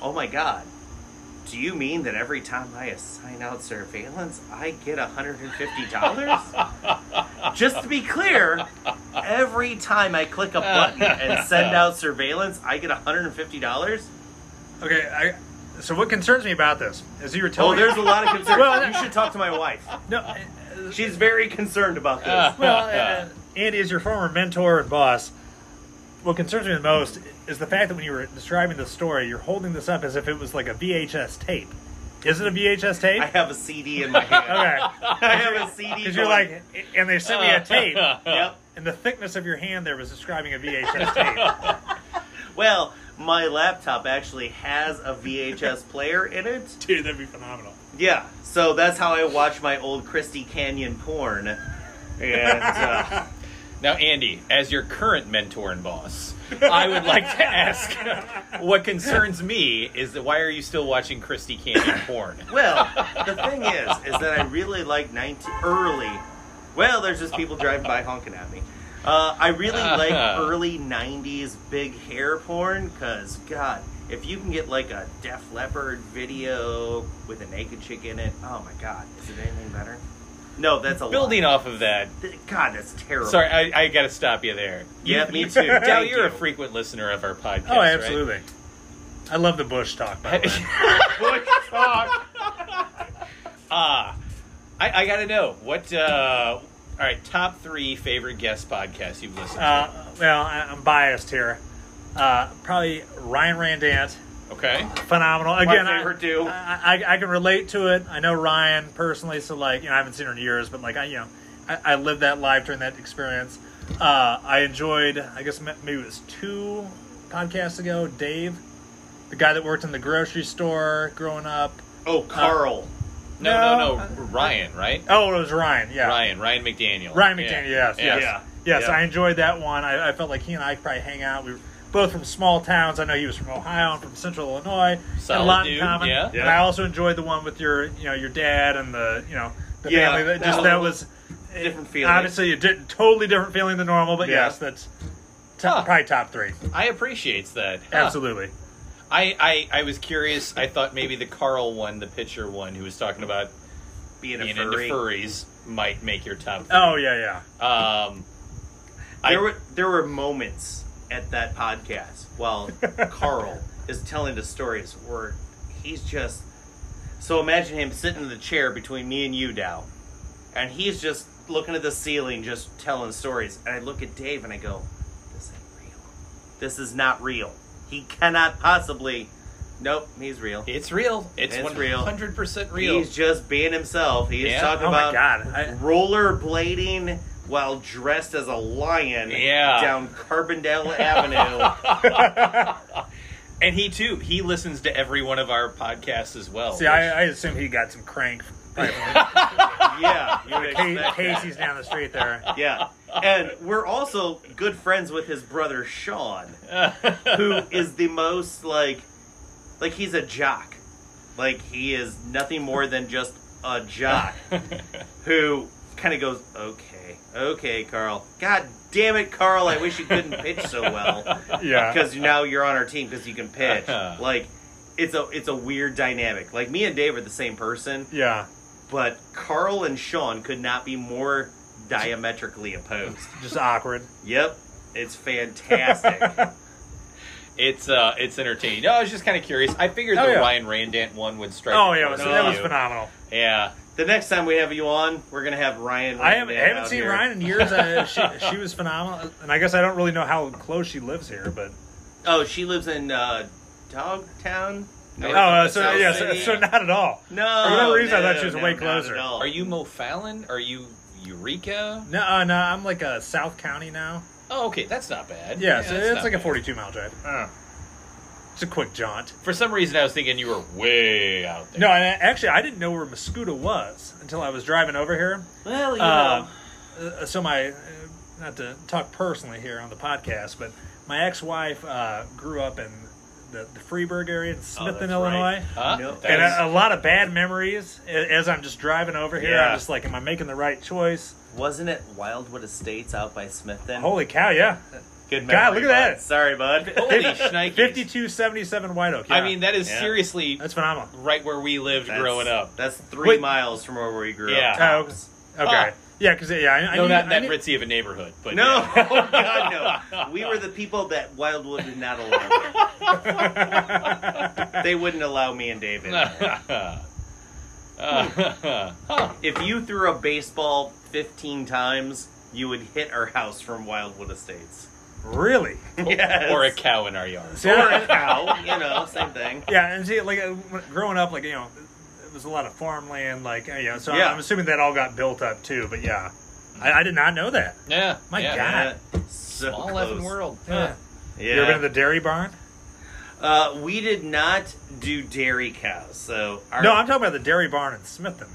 C: oh my god. Do you mean that every time I assign out surveillance, I get $150? Just to be clear, every time I click a button and send out surveillance, I get $150?
E: Okay, I. So what concerns me about this is you were
C: Oh,
E: telling.
C: there's a lot of concern.
E: Well,
C: you should talk to my wife.
E: no. uh,
C: She's very concerned about this.
E: Well, uh, Andy, as your former mentor and boss, what concerns me the most is the fact that when you were describing the story, you're holding this up as if it was like a VHS tape. Is it a VHS tape?
C: I have a CD in my hand.
E: okay,
C: I have a Uh. CD.
E: because you're
C: going,
E: like, and they sent me a tape,
C: yep.
E: and the thickness of your hand there was describing a VHS tape.
C: Well, my laptop actually has a VHS player in it.
F: Dude, that'd be phenomenal.
C: Yeah, so that's how I watch my old Christie Canyon porn. And uh,
B: Now, Andy, as your current mentor and boss, I would like to ask what concerns me is that why are you still watching Christy Canyon porn?
C: well, the thing is, is that I really like 19 early. Well, there's just people driving by honking at me. Uh, I really like early 90s big hair porn because, God, if you can get like a Def Leppard video with a naked chick in it, oh my God, is it anything better? No, that's a
B: Building
C: lie.
B: off of that,
C: God, that's terrible.
B: sorry, I, I got to stop you there.
C: Yeah, me too.
B: Now,
C: Thank
B: you're a
C: you.
B: frequent listener of our podcast.
E: oh,
B: right?
E: absolutely. I love the Bush talk. By the way.
B: Ah, I, I gotta know what. Uh, all right, top three favorite guest podcasts you've listened to.
E: Uh, well, I, I'm biased here. Uh, probably Ryan Randant,
B: okay,
E: phenomenal. Again,
C: favorite
E: I,
C: too.
E: I, I, I can relate to it. I know Ryan personally, so like you know, I haven't seen her in years, but like I, you know, I, I lived that life during that experience. Uh, I enjoyed. I guess ma- maybe it was two podcasts ago. Dave, the guy that worked in the grocery store growing up.
C: oh,
B: Uh,
C: Carl.
B: no,
E: No,
B: no, no, Ryan, right?
E: Oh, it was Ryan. Yeah,
B: Ryan, Ryan McDaniel.
E: Ryan
B: Yeah.
E: McDaniel, yes,
B: Yeah.
E: yes,
C: Yeah.
E: yes.
B: Yeah.
E: I enjoyed that one. I, I felt like he and I could probably hang out. We were both from small towns. I know he was from Ohio and from Central Illinois. Had a
B: Solid
E: lot in
B: dude,
E: common.
B: yeah.
E: And I also enjoyed the one with your, you know, your dad and the, you know, the
C: Yeah,
E: family. That
C: that
E: just
C: was
E: that
C: a
E: was eh,
C: different feeling.
E: Obviously, a di- totally different feeling than normal. But
C: Yeah.
E: yes, that's top,
B: Huh.
E: probably top three.
B: I appreciates that. Huh.
E: Absolutely.
B: I, I, I was curious. I thought maybe the Carl one, the pitcher one, who was talking about
C: being a
B: being
C: furry.
B: into furries, might make your top.
E: Oh yeah, yeah.
B: Um, I-
C: There were there were moments at that podcast while Carl is telling the stories where he's just so imagine him sitting in the chair between me and you Dow, and he's just looking at the ceiling, just telling stories. And I look at Dave and I go, "This ain't real. This is not real. He cannot possibly." Nope, he's real.
B: it's real. It's
C: It's
B: one
C: real.
B: hundred percent real.
C: He's just being himself. He is
B: Yeah.
C: talking
E: Oh my
C: about
E: god. I,
C: rollerblading while dressed as a lion
B: Yeah.
C: down Carbondale Avenue.
B: and he too, he listens to every one of our podcasts as well.
E: see, I, I assume he got some crank. Probably from
C: Yeah, you would
E: Ca-
C: expect that.
E: Casey's down the street there.
C: Yeah, and we're also good friends with his brother Sean,
B: I,
C: who is the most like, like he's a jock, like he is nothing more than just a jock who kind of goes, okay, okay, Carl, God damn it, Carl, I wish you couldn't pitch so well.
E: Yeah. Uh-huh.
C: because now you're on our team because you can pitch. like it's a it's a weird dynamic. Like me and Dave are the same person,
E: Yeah.
C: but Carl and Sean could not be more diametrically opposed.
E: Just awkward.
C: Yep, it's fantastic.
B: it's uh, it's entertaining. No, I was just kind of curious. I figured
E: Oh,
B: the
E: yeah.
B: Ryan Randant one would strike.
E: Oh
B: a
E: yeah,
B: chord
E: so
B: with
E: that was
B: you.
E: phenomenal.
B: Yeah,
C: the next time we have you on, we're gonna have Ryan.
E: I haven't,
C: Randall
E: I haven't
C: out
E: seen
C: here.
E: Ryan in years. I, she, she was phenomenal, and I guess I don't really know how close she lives here, but
C: Oh, she lives in uh, Dogtown.
B: No,
E: oh,
C: North
E: uh,
C: of
E: so
C: South
E: yeah, so,
C: City.
E: so not at all.
C: No,
E: for whatever reason, I
C: no,
E: thought she was
C: no,
E: way
C: not
E: closer.
C: at all.
B: Are you Mo Fallon? Are you Eureka?
E: No, uh, no, I'm like a South County now.
B: Oh, okay, that's not bad.
E: Yeah, so
B: that's
E: it's
B: not
E: like a Oh.
B: bad. Uh.
E: 42 mile drive. It's a quick jaunt.
B: For some reason, I was thinking you were way out there.
E: No, and I, actually, I didn't know where Muscuda was until I was driving over here.
C: Well, you
E: Uh,
C: know.
E: uh, so my, uh, not to talk personally here on the podcast, but my ex-wife uh, grew up in the, the Freeburg area in Smithton,
C: Oh, that's Oh,
E: Illinois.
B: Huh?
C: Nope.
B: That
E: and
B: is-
E: a, a lot of bad memories a- as I'm just driving over here.
C: Yeah.
E: I'm just like, am I making the right choice?
C: Wasn't it Wildwood Estates out by Smithton?
E: Holy cow, yeah.
C: Good
E: God,
C: memory,
E: look at
C: bud.
E: that.
C: Sorry, bud.
B: Holy shnikes.
E: 5277 White Oak.
B: I
E: yeah.
B: mean, that is
C: Yeah.
B: seriously
E: that's phenomenal.
B: right where we lived
C: That's-
B: growing up.
C: That's three
E: Wait.
C: miles from where we grew
B: Yeah.
C: up.
E: Oh,
C: tops.
E: Okay.
B: Ah.
E: Yeah, because yeah, I, I
B: no,
E: knew,
B: not
E: I
B: that
E: knew,
B: ritzy of a neighborhood, but
C: No,
B: yeah.
C: oh, God, no. We were the people that Wildwood did not allow. they wouldn't allow me and David.
B: Uh, huh.
C: If you threw a baseball 15 times, you would hit our house from Wildwood Estates.
E: really.
C: Yes.
B: Or a cow in our yard.
E: See,
C: Or
E: I-
C: a cow, you know, same thing.
E: yeah, and see, like uh, when- growing up, like you know, it was a lot of farmland, like uh, you know. So
C: Yeah.
E: I'm assuming that all got built up too. But yeah, I, I did not know that.
B: Yeah.
E: My
B: yeah,
E: God.
C: Yeah. So
B: Small
C: close.
B: eleven world.
E: Yeah.
C: Yeah.
E: You ever been to the dairy barn?
C: uh, we did not do dairy cows, so our
E: No, I'm talking about the dairy barn in Smithton.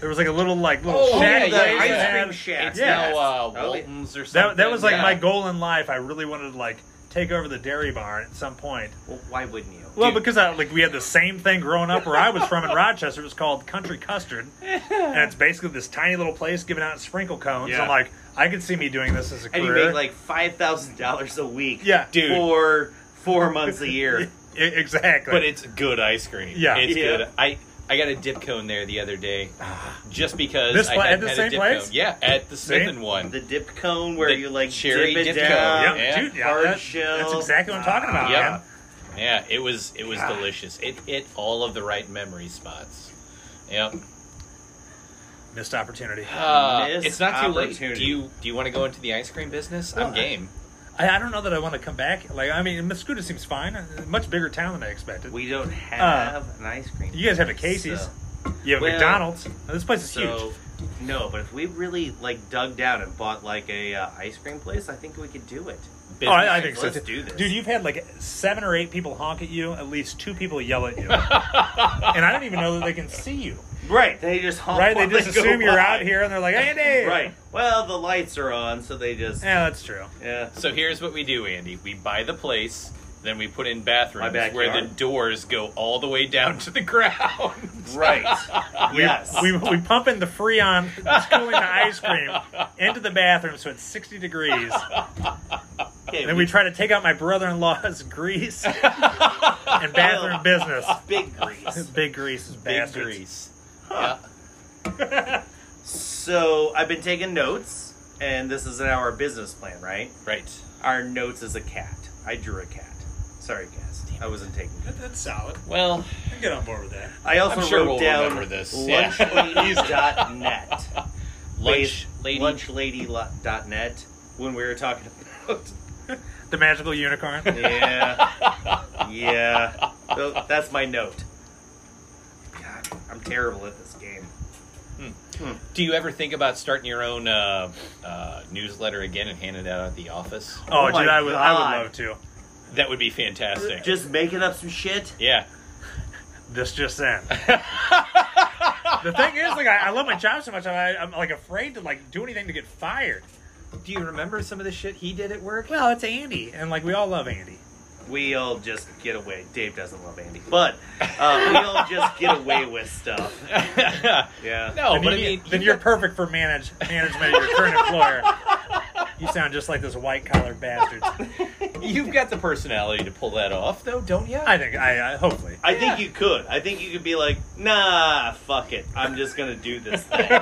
E: There was like a little like little
B: Oh,
E: shack.
B: yeah,
C: the
E: that
B: yeah,
E: they
C: ice
B: yeah.
C: cream
E: had.
C: shack.
B: It's
E: Yeah.
B: now uh,
C: Oh, yeah.
B: Walton's or something.
E: That, that was like
B: yeah.
E: my goal in life. I really wanted to like take over the dairy barn at some point.
C: Well, why wouldn't you?
E: Well,
B: Dude.
E: because I like we had the same thing growing up where I was from in Rochester. It was called Country Custard, and it's basically this tiny little place giving out sprinkle cones.
C: Yeah.
E: I'm like, I could see me doing this as a
C: and you
E: career.
C: make like five thousand dollars a week.
E: Yeah.
B: Dude.
C: for four months a year.
E: E- exactly.
B: But it's good ice cream.
E: Yeah.
B: It's
C: Yeah.
B: good. I I got a dip cone there the other day just because
E: Ah. This
B: I
E: pla- at
B: hadn't
E: the
B: had
E: same
B: a dip
E: place?
B: cone. Yeah, at the
E: See?
B: Smith and one.
C: the dip cone where
B: The
C: you like
B: cherry
C: dip it
B: dip cone.
C: down.
E: yeah,
B: yeah.
E: dude, yeah,
C: uh,
E: Ah.
C: Hard
E: that-
C: shell.
E: That's exactly what I'm talking about,
B: Yep.
E: man.
B: Yeah, it was it was
E: Ah.
B: delicious. It hit all of the right memory spots. Yep.
E: Missed opportunity.
C: Ah.
B: Uh,
C: Missed
B: it's not too late. Do
C: opportunity.
B: you do you want to go into the ice cream business?
E: Well,
B: I'm game.
E: I, I don't know that I want to come back. Like, I mean, Muscuda seems fine. A Much bigger town than I expected.
C: We don't have an ice cream.
E: Uh, you guys have a Casey's.
C: So-
E: you have
C: Well,
E: McDonald's. Uh, This place is
C: So,
E: huge.
C: no, but if we really like dug down and bought like a uh, ice cream place, I think we could do it.
B: Business.
E: Oh, I, I think so.
C: Let's
E: too.
C: do this.
E: Dude, you've had like seven or eight people honk at you, at least two people yell at you. and I don't even know that they can see you.
C: Right? Oh, They just honk
E: Right? They
C: while
E: just
C: go
E: assume you're
C: by.
E: out here and they're like, hey, Dave.
C: Right. Well, the lights are on, so they just
E: Yeah, that's true.
C: yeah.
B: So here's what we do, Andy. We buy the place, then we put in bathrooms
C: My
B: where the
C: backyard.
B: doors go all the way down to the ground.
C: Right. yes.
E: We, we pump in the Freon, it's cooling the ice cream into the bathroom so it's 60 degrees.
J: Okay,
E: And then we try to take out my brother-in-law's grease and bathroom business.
J: big grease.
E: Big grease is
B: Big
E: bastards.
B: grease. Yeah.
C: So I've been taking notes, and this is in our business plan, right?
B: Right.
C: Our notes is a cat. I drew a cat. Sorry, Cass. I wasn't taking.
K: That, that's solid.
B: Well,
K: I can get on board with that.
C: I also
B: I'm sure
C: wrote
B: we'll
C: down
B: remember this. Yeah.
C: lunchladies.net.
B: lunch lady.
C: lunchlady.net when we were talking about
E: The magical unicorn.
C: yeah yeah So that's my note god i'm terrible at this game
B: Do you ever think about starting your own uh, uh, newsletter again and hand it out at the office?
E: Oh,
C: Oh
E: dude,
C: my
E: I would, I
C: God.
E: would love to.
B: That would be fantastic.
C: just making up some shit
B: yeah.
E: This just in. the thing is, like, I, I love my job so much, I, I'm like afraid to like do anything to get fired.
B: Do you remember some of the shit he did at work?
E: Well, it's Andy, and like we all love Andy.
C: we'll just get away dave doesn't love andy but uh, we'll just get away with stuff yeah
B: no,
E: then
B: but I
E: you-
B: mean,
E: then you're perfect for manage management at your current employer. You sound just like this white collar bastard.
B: you've got the personality to pull that off, though, don't you?
E: I think I, I hopefully.
C: i think you could i think you could be like nah fuck it i'm just gonna do this thing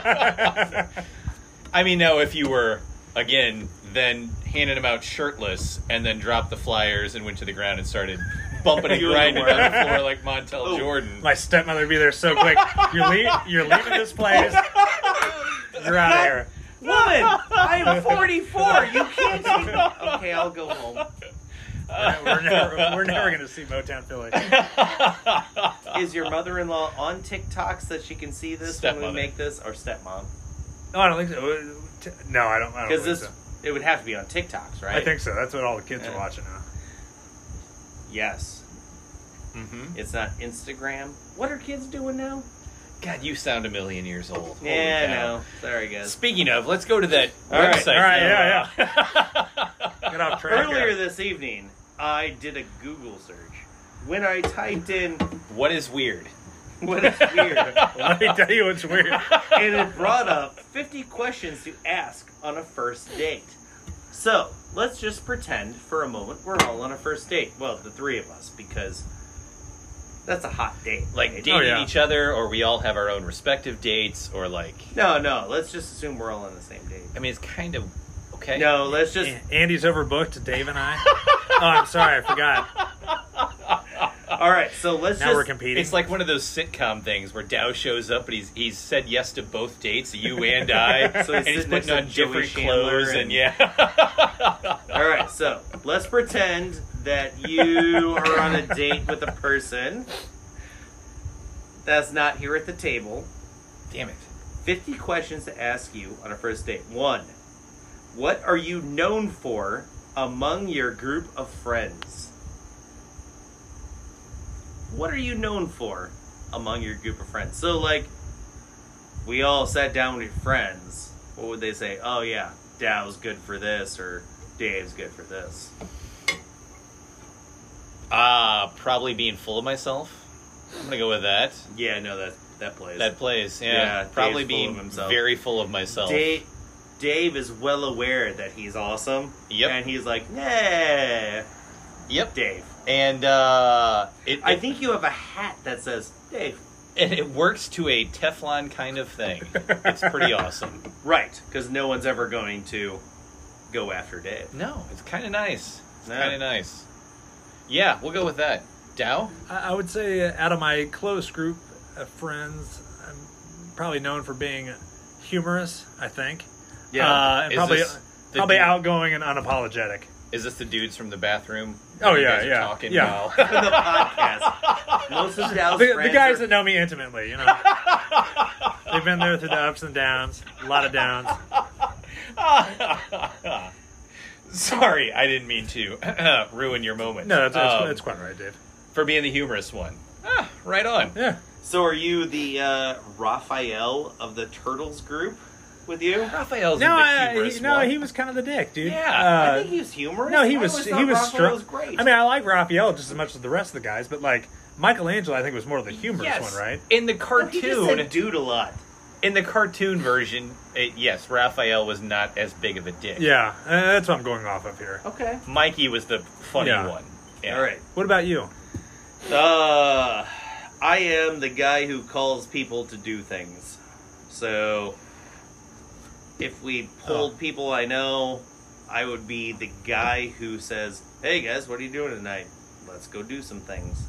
B: I mean, no, if you were, again, then handed them out shirtless and then dropped the flyers and went to the ground and started bumping and
C: Doing the
B: grinding
C: work.
B: on the floor like Montel Jordan.
E: My stepmother would be there so quick. You're, le- you're leaving this place. You're out of here.
C: woman i'm 44 you can't do- okay i'll go home
E: We're never, we're never going to see Motown Philly.
C: Is your mother-in-law on TikTok so that she can see this when
B: Stepmother.
C: we make this, or stepmom?
E: No, I don't think so. T- No, I don't. I don't
C: Because
E: think
C: this,
E: so.
C: it would have to be on TikToks, right?
E: I think so. That's what all the kids
C: Yeah.
E: are watching now.
C: yes.
B: Mhm.
C: It's not Instagram. What are kids doing now?
B: God, you sound a million years old. Holy
C: yeah,
B: cow.
C: no. Sorry, guys.
B: Speaking of, let's go to that
C: All right,
B: website.
E: all right,
B: now.
E: Get off track.
C: Earlier
E: here.
C: this evening, I did a Google search. When I typed in
B: what is weird?
E: Oh,
C: "what is weird,"
E: Let me tell you what's weird.
C: and it brought up 50 questions to ask on a first date. So let's just pretend for a moment we're all on a first date. Well, the three of us, because that's a hot date.
B: Like
C: right?
B: dating
E: yeah.
B: each other, or we all have our own respective dates, or like,
C: No, no. Let's just assume we're all on the same date.
B: I mean, it's kind of okay.
C: No, let's just.
E: An- Andy's overbooked. Dave and I. Oh, I'm sorry. I forgot.
C: All right. So let's
E: Now
C: just.
E: we're competing.
B: It's like one of those sitcom things where Dow shows up, but he's he's said yes to both dates, you and I,
C: So he's
B: and he's
C: sitting next
B: putting
C: to
B: on
C: Joey
B: different
C: Chandler
B: clothes, and,
C: and-
B: yeah,
C: All right. So let's pretend that you are on a date with a person that's not here at the table.
B: damn it.
C: 50 questions to ask you on a first date. One, what are you known for among your group of friends? What are you known for among your group of friends? So, like, we all sat down with your friends. What would they say? Oh, yeah, Dow's good for this, or Dave's good for this.
B: Ah, probably being full of myself. I'm gonna go with that.
C: Yeah, no, that, that plays.
B: That place, yeah,
C: Yeah,
B: probably
C: Dave's full
B: being
C: of himself.
B: very full of myself.
C: Dave, Dave is well aware that he's awesome.
B: Yep.
C: And he's like, nah,
B: Yep,
C: Dave.
B: and uh, it,
C: I think you have a hat that says Dave.
B: and it works to a Teflon kind of thing. It's pretty awesome.
C: Right, because no one's ever going to go after Dave.
B: No, it's kind of nice. It's
C: Yeah.
B: kind of nice. Yeah, we'll go with that. Dow?
E: I I would say uh, out of my close group of friends, I'm probably known for being humorous. I think.
C: Yeah.
E: Uh, and
B: Is
E: probably
B: this the
E: probably
B: dude-
E: outgoing and unapologetic.
B: Is this the dudes from the bathroom?
E: Oh,
B: You
E: yeah,
B: guys are
E: yeah,
B: Talking
E: yeah.
B: while-
C: the podcast. Most of Dow's
E: The, the
C: friends
E: guys
C: are-
E: that know me intimately, you know, they've been there through the ups and downs, a lot of downs.
B: Sorry, I didn't mean to ruin your moment.
E: No, that's, that's,
C: Oh.
B: Um,
E: that's quite right, Dave.
B: for being the humorous one. Ah, right on.
E: Yeah.
C: So are you the uh, Raphael of the Turtles group with you?
E: Uh,
B: Raphael's
E: No,
B: the
E: I,
B: humorous
E: he, no,
B: one.
E: he was kind of the dick, dude.
B: Yeah,
E: Uh,
C: I think he was humorous.
E: no, he
C: I
E: was
C: always
E: he
C: thought
E: was
C: Raphael
E: stro-
C: was great.
E: I mean, I like Raphael just as much as the rest of the guys, but like Michelangelo, I think was more of the humorous
B: Yes.
E: one, right?
B: In the
C: But he just
B: cartoon,
C: said dude a lot.
B: in the cartoon version, it, yes, Raphael was not as big of a dick.
E: Yeah, uh, that's what I'm going off of here.
L: Okay.
B: Mikey was the funny
E: Yeah.
B: one. Yeah.
C: All right.
E: What about you?
C: Uh, I am the guy who calls people to do things. So, if we
E: Oh.
C: polled people I know, I would be the guy who says, "Hey guys, what are you doing tonight? Let's go do some things."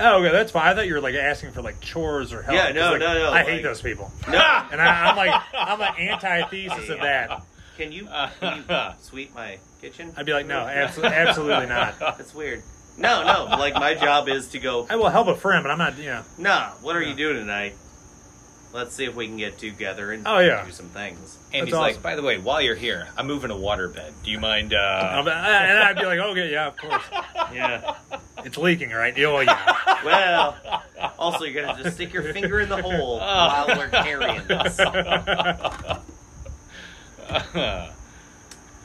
E: Oh, okay, that's fine. I thought you were like asking for like chores or help.
C: Yeah,
E: 'cause,
C: no,
E: like,
C: no, no,
E: I hate
C: like-
E: those people,
C: No,
E: and I, I'm like, I'm an antithesis of that.
C: can you, can you sweep my kitchen?
E: Uh, I'd be like, no, absolutely, absolutely not.
C: That's weird. No, no. Like my job is to go.
E: I will help a friend, but I'm not. You know,
C: Nah, what are
E: Yeah.
C: you doing tonight? Let's see if we can get together and
E: Oh, yeah.
C: do some things.
B: And
E: That's
B: he's like,
E: awesome.
B: by the way, while you're here, I'm moving a waterbed. Do you mind?
E: I'll
B: Uh,
E: be- and I'd be like, oh, okay, yeah, of course,
C: Yeah.
E: it's leaking, right? Oh yeah,
C: Well, also you're gonna have to stick your finger in the hole while we're carrying this.
B: that's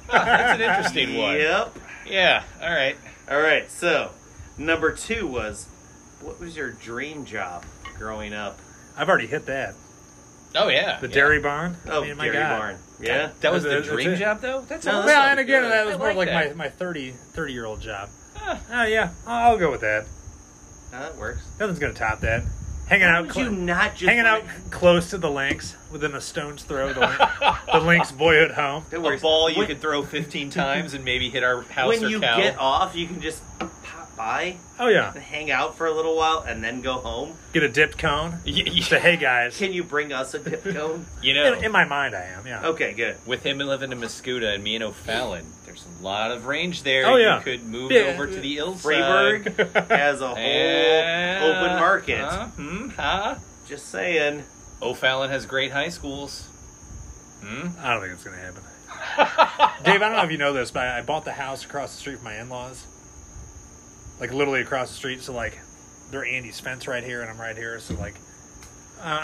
B: an interesting one.
C: Yep.
B: Yeah. All right.
C: All right. So, number two was, what was your dream job growing up?
E: I've already hit that.
B: Oh yeah.
E: The
B: yeah.
E: dairy barn. I
C: Oh,
E: mean, my
C: dairy
E: God.
C: barn. Yeah.
B: That was the
E: That's- that's
B: dream
E: it.
B: job, though. That's
C: No,
B: awesome.
E: Well, and again, that was
B: I
E: more
B: like
E: like,
B: that.
E: my my 30, 30 year old job.
B: Ah.
E: Oh yeah, I'll go with that.
C: No, that works.
E: Nothing's gonna top that. Hanging out,
C: Would
E: cl-
C: you not just
E: hanging out close to the links, within a stone's throw of the, link, the links' boyhood home.
C: That
B: a
C: works.
B: ball you
C: when,
B: could throw 15 times and maybe hit our house
C: when
B: or
C: you
B: cow.
C: get off, you can just pop by
E: Oh yeah,
C: and hang out for a little while and then go home.
E: get a dipped cone.
B: Y- y-
E: Say hey guys.
C: Can you bring us a dip cone?
B: you know,
E: In, in my mind, I am. Yeah.
C: Okay, good.
B: with him living in Muscuda and me and O'Fallon, there's a lot of range there.
E: Oh, yeah.
B: You could move
E: Yeah.
B: over to the ill
C: Freeburg
B: side.
C: has a whole
E: Eh,
B: And-
C: open market.
B: Huh? Hmm? Huh?
C: Just saying.
B: O'Fallon has great high schools. Hmm?
E: I don't think it's gonna happen. Dave, I don't know if you know this, but I I bought the house across the street from my in-laws. Like literally across the street, so like they're Andy's fence right here, and I'm right here, so like. I-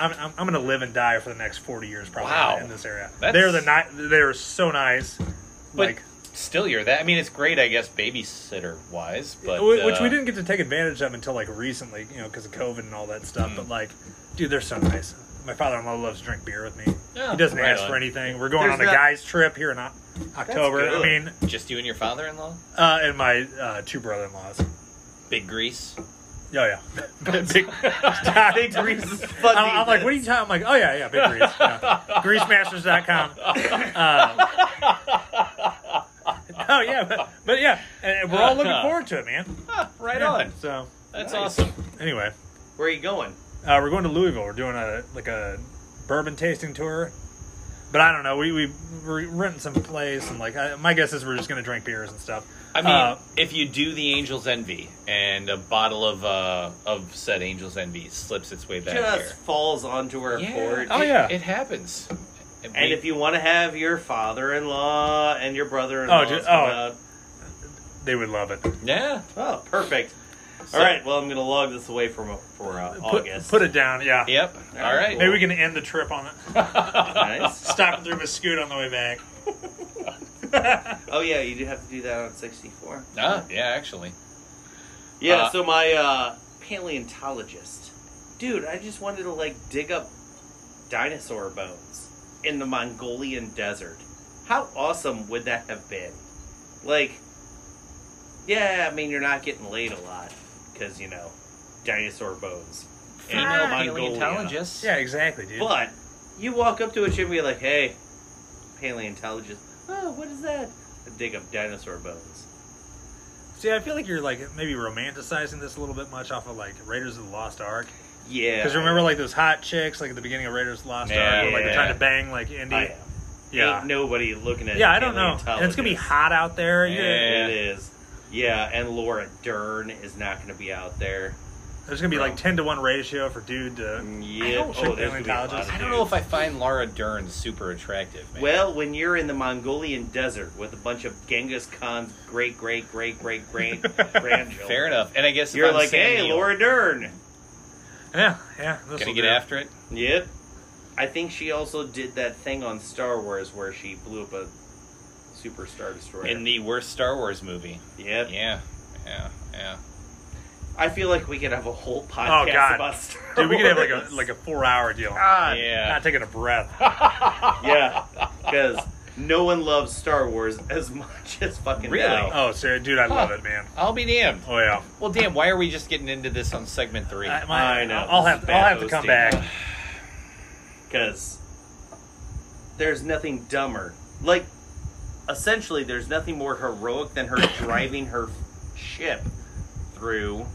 E: I'm, I'm, I'm gonna live and die for the next 40 years probably
B: Wow.
E: in this area.
B: That's-
E: They're the ni- they're so nice,
B: But
E: like
B: still, you're that. I mean, it's great, I guess, babysitter wise, but
E: Wh- which
B: uh,
E: we didn't get to take advantage of until like recently, you know, because of COVID and all that stuff.
B: Mm.
E: But like, dude, they're so nice. My father-in-law loves to drink beer with me.
B: Yeah,
E: he doesn't
B: right
E: ask
B: on.
E: for anything. We're going
C: There's
E: on a
C: not-
E: guys' trip here in O- October. I
C: good.
E: mean,
B: Just you and your father-in-law,
E: uh, and my uh, two brother-in-laws. Oh
B: Big Grease.
E: yeah.
B: Big,
C: Big Grease is
E: I'm,
C: funny.
E: I'm like, what are you talking? I'm like, oh yeah, yeah, big grease. Yeah. Greasemasters.com. Um, oh yeah, but, but yeah, and we're all looking forward to it, man.
B: right
E: Yeah,
B: on.
E: So
B: That's
C: Nice.
B: awesome.
E: anyway.
C: Where are you going?
E: Uh, we're going to Louisville. We're doing a like a bourbon tasting tour, but I don't know. We we we're renting some place, and like I, my guess is we're just gonna drink beers and stuff.
B: I mean,
E: Uh,
B: if you do the Angel's Envy and a bottle of uh, of said Angel's Envy slips its way back
C: Just
B: here,
C: falls onto our
B: Yeah.
C: porch.
E: Oh,
B: it,
E: yeah.
B: it happens.
C: And
B: we-
C: if you want to have your father-in-law and your brother-in-law,
E: Oh, ju-
C: come
E: oh.
C: out-
E: they would love it.
B: yeah,
C: oh, perfect.
B: So-
C: All right, well, I'm gonna log this away for for uh,
E: Put,
C: August.
E: put it down. Yeah.
B: yep, all right.
E: Maybe we can end the trip on it.
C: nice.
E: Stopping through Muscoot on the way back.
C: Oh yeah, you do have to do that on 64.
B: Ah, yeah, actually,
C: Yeah,
B: Uh,
C: so my uh, paleontologist, dude, I just wanted to like dig up dinosaur bones in the Mongolian desert. How awesome would that have been? Like, yeah, I mean, you're not getting laid a lot because you know, dinosaur bones. in
B: female
C: Mongolia.
B: paleontologists.
E: Yeah, exactly, dude.
C: But you walk up to a chick and be like, hey, paleontologist, oh, what is that? I dig up dinosaur bones.
E: See, I feel like you're like maybe romanticizing this a little bit much off of like Raiders of the Lost Ark.
C: Yeah.
E: Because remember, like those hot chicks, like at the beginning of Raiders of the Lost
B: Yeah.
E: Ark, where, like
C: Yeah.
E: they're trying to bang like Indy.
C: I am. Ain't nobody looking at.
E: Yeah, I don't know. And it's gonna be
C: paleontologist.
E: hot out there. You're gonna-
B: Yeah.
C: It is. Yeah, and Laura Dern is not going to be out there.
E: There's gonna be like ten to one ratio for dude to.
C: Yeah. Oh,
E: don't think
C: there's gonna be a lot of
E: paleontologists-
B: I
C: dudes.
B: don't know if I find Laura Dern super attractive. Man.
C: Well, when you're in the Mongolian desert with a bunch of Genghis Khan's great, great, great, great, great grandchildren,
B: fair enough. And I guess if
C: You're
B: I'm
C: like,
B: Sam
C: hey,
B: Neill,
C: Laura Dern.
E: Yeah, yeah. This
B: gonna
E: will
B: get
E: do.
B: after it.
C: Yep. I think she also did that thing on Star Wars where she blew up a super star destroyer.
B: in the worst Star Wars movie.
C: yep.
B: Yeah, yeah, yeah.
C: I feel like we could have a whole podcast
E: Oh, God.
C: about Star
E: Dude, we could have like a
C: Wars.
E: like a four hour deal.
B: Yeah.
E: Not taking a breath.
C: Oh. yeah, because no one loves Star Wars as much as fucking
B: Really?
C: now.
E: Oh, Sarah, dude, I love
B: Huh.
E: it, man.
B: I'll be damned.
E: Oh yeah.
B: Well, damn, why are we just getting into this on segment three?
E: I, Uh, my-
C: I know,
E: I'll
C: this
E: have
C: is
E: I'll
C: bad
E: have to come
C: hosting.
E: back.
B: Oh.
C: Because there's nothing dumber. Like, essentially, there's nothing more heroic than her driving her ship through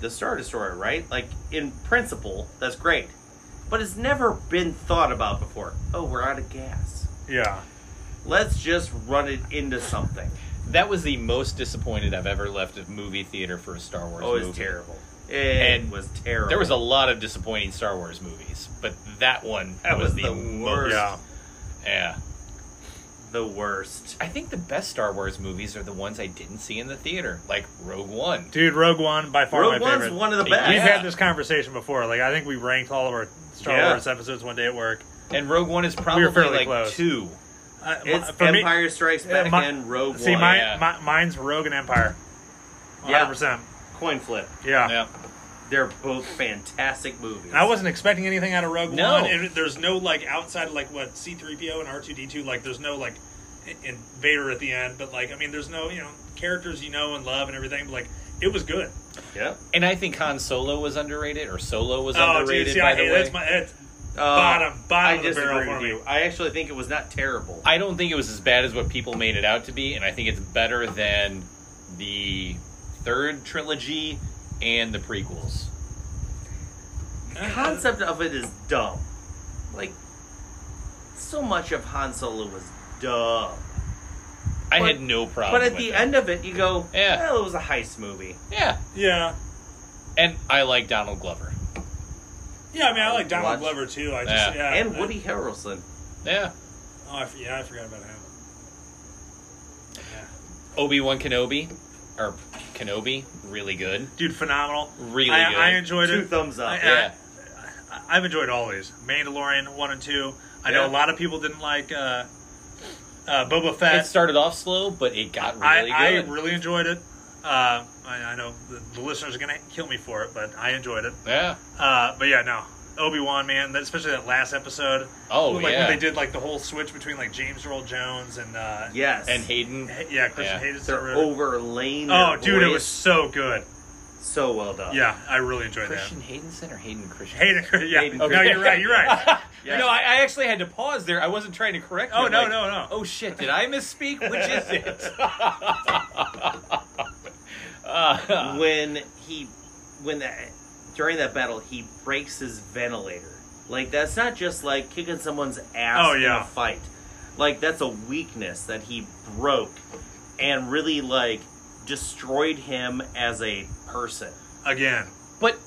C: the Star Destroyer, right? Like, in principle, that's great. But it's never been thought about before. Oh, we're out of gas.
E: Yeah.
C: Let's just run it into something.
B: that was the most disappointed I've ever left a movie theater for a Star Wars
C: Oh,
B: movie.
C: it's terrible. It
B: And
C: was terrible.
B: There was a lot of disappointing Star Wars movies, but that one
C: That
B: was,
C: was
B: the,
C: the
B: most.
C: worst.
E: Yeah.
B: Yeah.
C: the worst.
B: I think the best Star Wars movies are the ones I didn't see in the theater, like Rogue One.
E: Dude, Rogue One by far
C: Rogue
E: my
C: One's
E: favorite.
C: one of the
B: Yeah.
C: best.
E: We've had this conversation before. Like I think we ranked all of our Star
C: Yeah.
E: Wars episodes one day at work.
B: And Rogue One is probably
E: We were fairly
B: like
E: close.
B: two.
E: I-
C: It's
E: for me-
C: Empire Strikes
E: Yeah,
C: Back
E: my-
C: and Rogue
E: See,
C: One.
E: my,
B: yeah.
E: my mine's Rogue and Empire.
C: Yeah.
E: 100. percent
C: Coin flip.
F: Ah.
E: Yeah.
B: Yeah.
C: They're both fantastic movies.
E: And I wasn't expecting anything out of Rogue
B: No.
E: One.
F: One, and there's no like outside like what C three PO and R two D two like there's no like in- invader at the end, but like I mean there's no you know characters you know and love and everything, but like it was good.
C: Yeah.
B: And I think Han Solo was underrated, or Solo was
F: oh,
B: underrated,
F: dude, see,
B: by
F: I,
B: the
F: hey,
B: way.
F: that's my that's
C: Uh,
F: bottom
C: I
F: bottom of the barrel
C: disagree
F: for
C: with
F: me.
C: you. I actually think it was not terrible.
B: I don't think it was as bad as what people made it out to be, and I think it's better than the third trilogy and the prequels.
C: the concept of it is dumb. Like, so much of Han Solo was dumb.
B: I
C: But-
B: had no problem.
C: But at
B: with
C: the
B: it.
C: end of it, you go,
B: Yeah.
C: well, it was a heist movie.
B: yeah,
F: Yeah,
B: and I like Donald Glover.
F: yeah. I mean, I like Donald
C: Watch-
F: Glover too. I just
B: Yeah.
F: yeah,
C: and
F: I-
C: Woody Harrelson.
B: Yeah,
F: oh, I f- yeah, I forgot about him.
B: Obi Wan Kenobi, or Kenobi, really good,
E: Dude, phenomenal.
B: really
E: I,
B: good.
E: I enjoyed
C: Two
E: it.
C: thumbs up.
E: I- I-
B: yeah,
E: I, have enjoyed all these Mandalorian one and two. I know
C: Yeah.
E: a lot of people didn't like uh, uh, Boba Fett.
B: it started off slow, but it got really
E: I,
B: good.
E: I really enjoyed it. Uh, I, I know the, the listeners are gonna kill me for it, but I enjoyed it.
B: yeah.
E: Uh, but yeah, no, Obi Wan, man, that, especially that last episode.
B: Oh
E: like
B: yeah.
E: when they did like the whole switch between like James Earl Jones and uh,
C: yes.
B: and Hayden.
E: Ha- yeah, Christian
B: Yeah.
E: Hayden.
C: They're overlaying. their
E: Oh, dude, it was
C: voice
E: so good.
C: so well done.
E: Yeah, I really enjoyed
B: Christian Haydenson or Hayden Christian?
E: that. Hayden, yeah, Oh,
C: Hayden
E: no, you're right, you're right.
C: Yeah.
B: No, I, I actually had to pause there. I wasn't trying to correct you.
E: Oh
B: I'm
E: no,
B: like,
E: no, no.
B: Oh shit, did I misspeak? Which is it? Uh,
C: when he when that during that battle he breaks his ventilator like that's not just like kicking someone's ass
E: Oh,
C: in
E: yeah.
C: a fight like that's a weakness that he broke and really like destroyed him as a person
E: Again,
B: but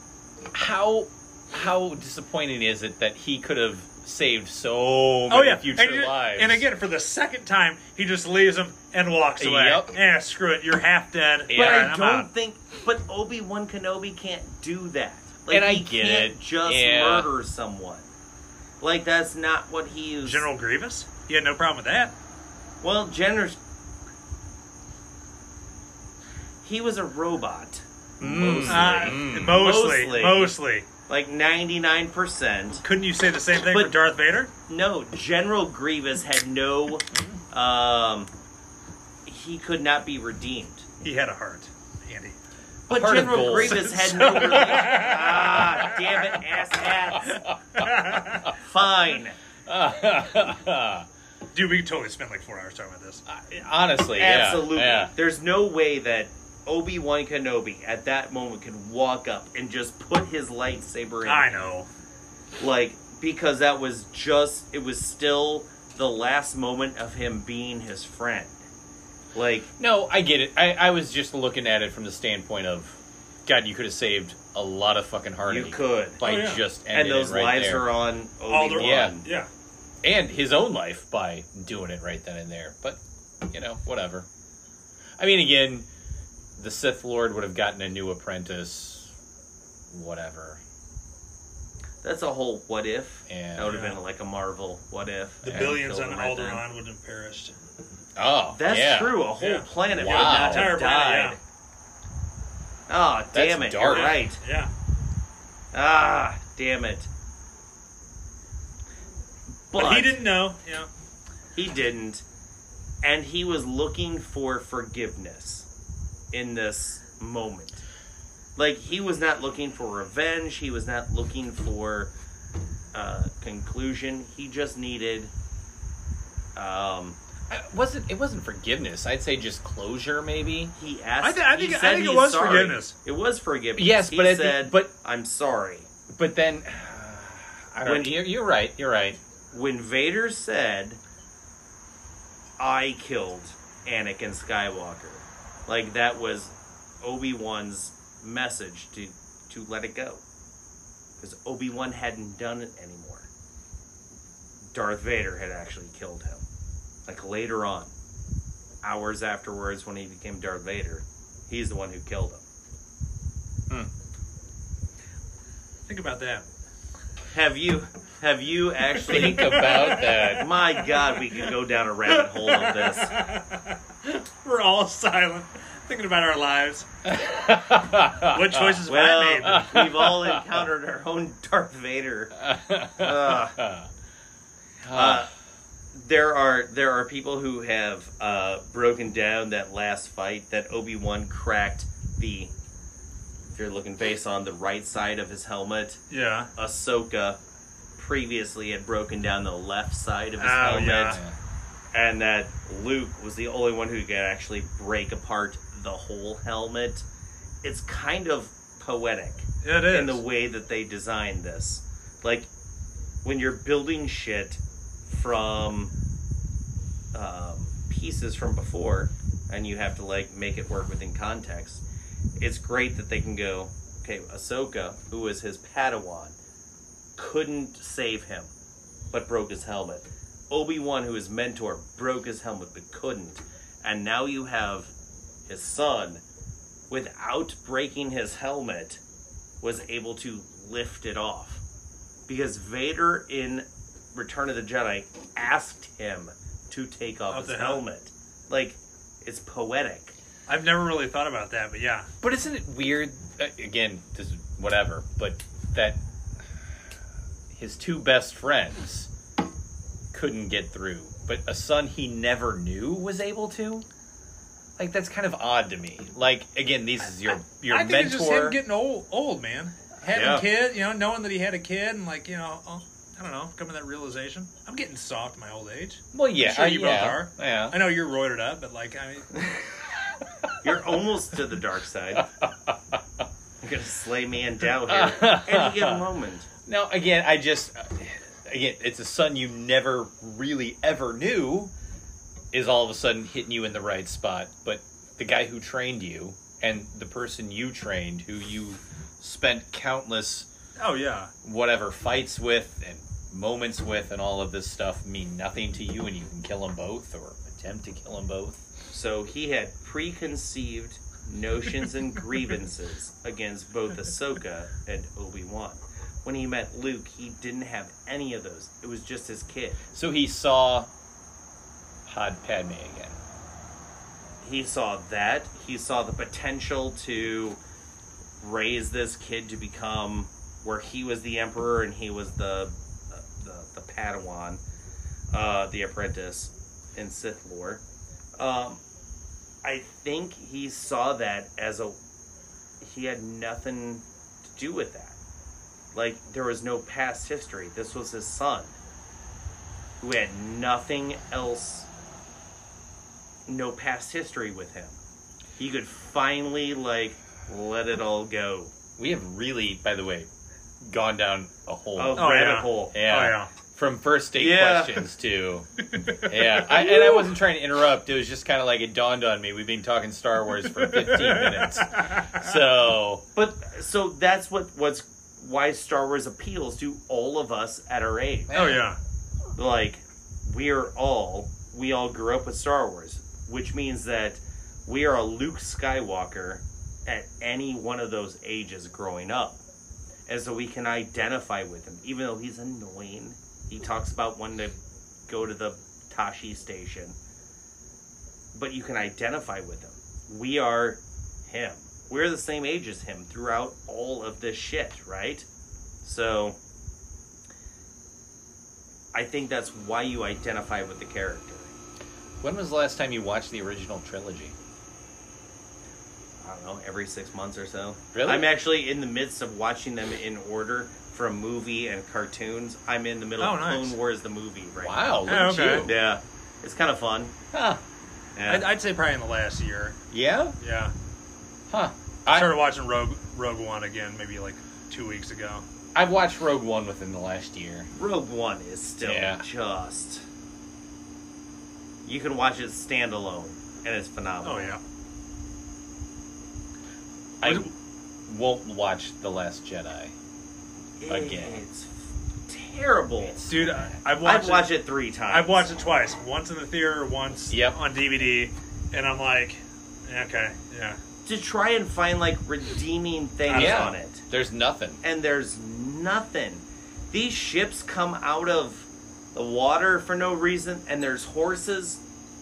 B: how how disappointing is it that he could have saved so many
E: oh yeah,
B: future
E: and, you-
B: lives?
E: and again for the second time, he just leaves him and walks away.
B: Yep.
E: Yeah, screw it, you're half dead.
B: But
E: All
C: but
E: right,
C: i
E: I'm
C: don't
E: out.
C: think but obi-wan kenobi can't do that like
B: And I
C: he
B: get
C: can't
B: it.
C: just
B: Yeah.
C: murder someone like that's not what he is
E: General Grievous, he had no problem with that.
C: Well, Jenner's. He was a robot.
B: Mm.
C: Ah.
E: Uh,
B: Mm.
E: mostly,
C: Mostly.
E: mostly,
C: Like 99%.
E: Couldn't you say the same thing
C: But-
E: for Darth Vader?
C: No, General Grievous had no. Um, he could not be redeemed.
E: He had a heart, Andy.
C: But
B: Heart of
C: General
B: gold.
C: Grievous had no redemption. ah, damn it, ass hats. Fine.
E: Dude, we could totally spend like four hours talking about this.
B: Honestly, yeah,
C: Absolutely.
B: yeah.
C: There's no way that Obi Wan Kenobi at that moment could walk up and just put his lightsaber in.
E: I know.
C: like because that was just it was still the last moment of him being his friend like
B: No, I get it. I, I was just looking at it from the standpoint of, God, you could have saved a lot of fucking
C: you
B: heartache
C: could
B: by
F: Oh, yeah.
B: just
C: and
B: ending
C: those
B: it right
C: lives
B: there.
C: are on
F: All their
C: Obi-Wan.
B: Yeah.
F: yeah.
B: and his own life by doing it right then and there. But you know, whatever. I mean, again, the Sith Lord would have gotten a new apprentice. Whatever.
C: that's a whole what if
B: Yeah.
C: that would have
F: Yeah.
C: been like a marvel what if
F: The
B: Yeah,
F: billions
C: killed
F: on
C: him right
F: Alderaan
C: then.
F: would have perished.
B: Oh,
C: that's
B: yeah.
C: true a whole
F: Yeah.
C: planet
B: Wow.
C: would not
F: Entire
C: have
F: planet,
C: died
F: yeah.
C: Oh, damn it. You're
B: dark.
C: right.
M: Yeah.
C: Ah, damn it.
M: But, he didn't know. Yeah.
C: He didn't. And he was looking for forgiveness in this moment. Like, he was not looking for revenge. He was not looking for uh, conclusion. He just needed. Um,
B: I wasn't it wasn't forgiveness. I'd say just closure, maybe.
C: he asked.
E: I thi- I
C: he
E: think- I
C: said
E: think it
C: he's
E: was
C: sorry.
E: forgiveness.
C: It was forgiveness.
B: Yes,
C: he
B: but I think-
C: said,
B: but-
C: I'm sorry.
B: But then, I don't.
C: When-
B: you're, you're right. You're right.
C: when Vader said, "I killed Anakin Skywalker," like that was Obi Wan's message to to let it go, because Obi Wan hadn't done it anymore. Darth Vader had actually killed him, like later on, hours afterwards when he became Darth Vader, he's the one who killed him.
M: Think about that.
C: Have you? Have you actually?
B: Think about that.
C: My God, we could go down a rabbit hole of this.
M: We're all silent, thinking about our lives. What choices have I made?
C: Well, uh,
E: uh,
C: we've all encountered our own Darth Vader. Ugh.
B: Oh,
C: Uh, there are there are people who have uh, broken down that last fight that Obi Wan cracked the. If you're looking face on the right side of his helmet,
E: Yeah.
C: Ahsoka previously had broken down the left side of his
E: Oh,
C: helmet,
E: yeah.
C: and that Luke was the only one who could actually break apart the whole helmet. It's kind of poetic
E: It is.
C: in the way that they designed this. Like when you're building shit from um, pieces from before, and you have to like make it work within context. It's great that they can go. Okay, Ahsoka, who was his Padawan, couldn't save him, but broke his helmet. Obi Wan, who his mentor, broke his helmet but couldn't, and now you have his son, without breaking his helmet, was able to lift it off. Because Vader in Return of the Jedi asked him to take off
E: Off
C: his
E: the helmet.
C: helmet. Like, it's poetic.
E: I've never really thought about that, but yeah.
B: But isn't it weird? uh, Again, this is whatever. But that his two best friends couldn't get through, but a son he never knew was able to. Like that's kind of odd to me. Like again, this is your your
E: I think it's just him
B: mentor.
E: getting old, old man. Having
B: Yeah.
E: a kid, you know, knowing that he had a kid, and like, you know, oh, I don't know, coming to that realization. I'm getting soft in my old age.
B: well, yeah,
E: I'm sure
B: uh,
E: you both
B: yeah,
E: are.
B: Yeah.
E: I know you're roided up, but like, I mean,
C: You're almost to the dark side. You're gonna slay man down here any given moment.
B: Now, again, I just again, it's a son you never really ever knew is all of a sudden hitting you in the right spot, but the guy who trained you and the person you trained who you spent countless
E: oh yeah,
B: whatever fights with and moments with and all of this stuff mean nothing to you and you can kill them both or attempt to kill them both.
C: So he had preconceived notions and grievances against both Ahsoka and Obi Wan. When he met Luke, he didn't have any of those. It was just his kid.
B: So he saw Pod Padme again.
C: He saw that. He saw the potential to raise this kid to become where he was the emperor and he was the the, the Padawan, uh, the apprentice in Sith lore. Um, I think he saw that as a he had nothing to do with that. Like there was no past history. This was his son who had nothing else no past history with him. He could finally like let it all go.
B: We have really, by the way, gone down a whole
C: Oh,
E: Oh,
C: rabbit
E: yeah.
C: hole.
B: Yeah.
E: Oh, yeah.
B: From first date
C: Yeah.
B: questions to yeah, I, and I wasn't trying to interrupt. It was just kind of like it dawned on me. We've been talking Star Wars for 15 minutes, so
C: But so that's what what's why Star Wars appeals to all of us at our age.
E: oh yeah,
C: Like we're all we all grew up with Star Wars, which means that we are a Luke Skywalker at any one of those ages growing up. And so we can identify with him, even though he's annoying. He talks about wanting to go to the Tashi station. But you can identify with him. We are him. we're the same age as him throughout all of this shit, right? So I think that's why you identify with the character.
B: When was the last time you watched the original trilogy?
C: I don't know, every six months or so.
B: Really?
C: I'm actually in the midst of watching them in order from movie and cartoons. I'm in the middle
E: Oh,
C: of
E: nice.
C: Clone Wars the movie right
B: Wow, look
E: Yeah,
B: at
E: okay.
B: you.
C: now. Yeah. It's kind of fun.
B: Huh.
C: Yeah.
E: I'd, I'd say probably in the last year.
B: Yeah?
E: Yeah,
B: Huh.
E: I
B: I,
E: started watching Rogue Rogue One again maybe like two weeks ago.
B: I've watched Rogue One within the last year.
C: Rogue One is still
B: Yeah.
C: just. You can watch it standalone, and it's
E: Oh
C: phenomenal.
E: yeah,
B: I
E: Was it-
B: won't watch The Last Jedi. Again.
C: It's terrible.
E: dude, I, I've watched
C: I've watched
E: it.
C: it three times.
E: I've watched it twice. Once in the theater, once
B: Yep.
E: on DVD, and I'm like, okay, yeah.
C: to try and find like redeeming things
B: Yeah.
C: on it,
B: There's nothing.
C: and there's nothing. These ships come out of the water for no reason, and there's horses,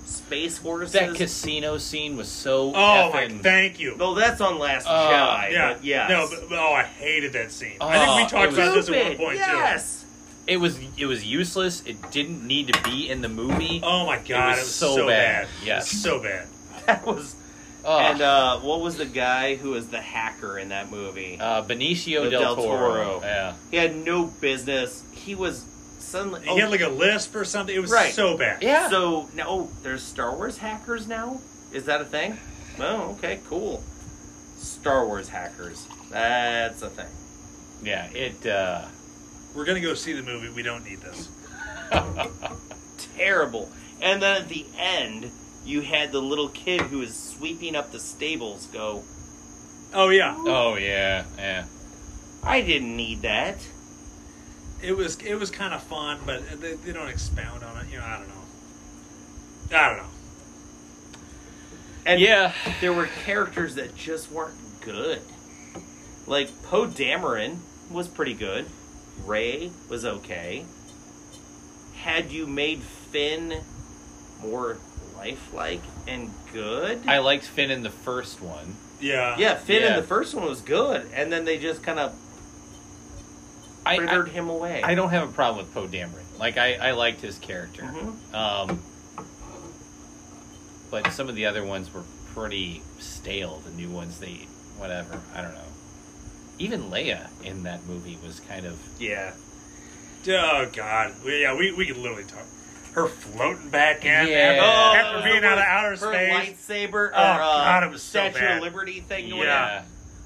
C: space horses.
B: That casino scene was so
E: Oh my,
B: effing.
E: thank you.
C: no, that's on Last
B: Oh,
C: Jedi.
E: yeah,
C: but yes.
E: No, but, but- oh, I hated that scene. I think
B: Oh,
E: we
B: it
E: talked about this at one
C: Stupid,
E: point too.
C: yes.
B: it was it was useless. It didn't need to be in the movie.
E: Oh my god, it was, so, bad.
B: Yes.
E: It was so bad.
C: That was
B: Ugh.
C: And uh, what was the guy who was the hacker in that movie?
B: Uh, Benicio
C: The
B: del,
C: Del
B: Toro.
C: Toro.
B: Yeah.
C: He had no business. He was suddenly.
E: He had like a lisp or something. It was
C: Oh. Right.
E: so bad.
B: Yeah.
C: So now oh, there's Star Wars hackers now. Is that a thing? Oh, okay, cool. Star Wars hackers. That's a thing.
B: yeah. It. Uh,
E: We're gonna go see the movie. We don't need this.
C: Terrible. And then at the end, you had the little kid who was sweeping up the stables go,
E: Oh yeah,
B: oh yeah. Yeah.
C: "I didn't need that."
E: it was it was kind of fun, but they, they don't expound on it. You know, I don't know. I don't know.
C: And
B: yeah.
C: there were characters that just weren't good. Like Poe Dameron was pretty good. Ray was okay. Had you made Finn more lifelike and good?
B: I liked Finn in the first one.
E: Yeah.
C: yeah, Finn
B: Yeah.
C: in the first one was good, and then they just kind of
B: I, I
C: frittered him away.
B: I don't have a problem with Poe Dameron. Like I, I liked his character.
C: Mhm.
B: Um, but some of the other ones were pretty stale. The new ones, they whatever. I don't know. Even Leia in that movie was kind of
E: Yeah. Oh God. We, yeah, we we could literally talk. Her floating back in
B: Yeah.
E: after,
C: Oh,
E: after being out of
C: Her
E: outer space.
C: lightsaber, or,
E: Oh, God,
C: uh,
E: it was so
C: Statue
E: bad.
C: of Liberty thing. or whatever.
B: yeah.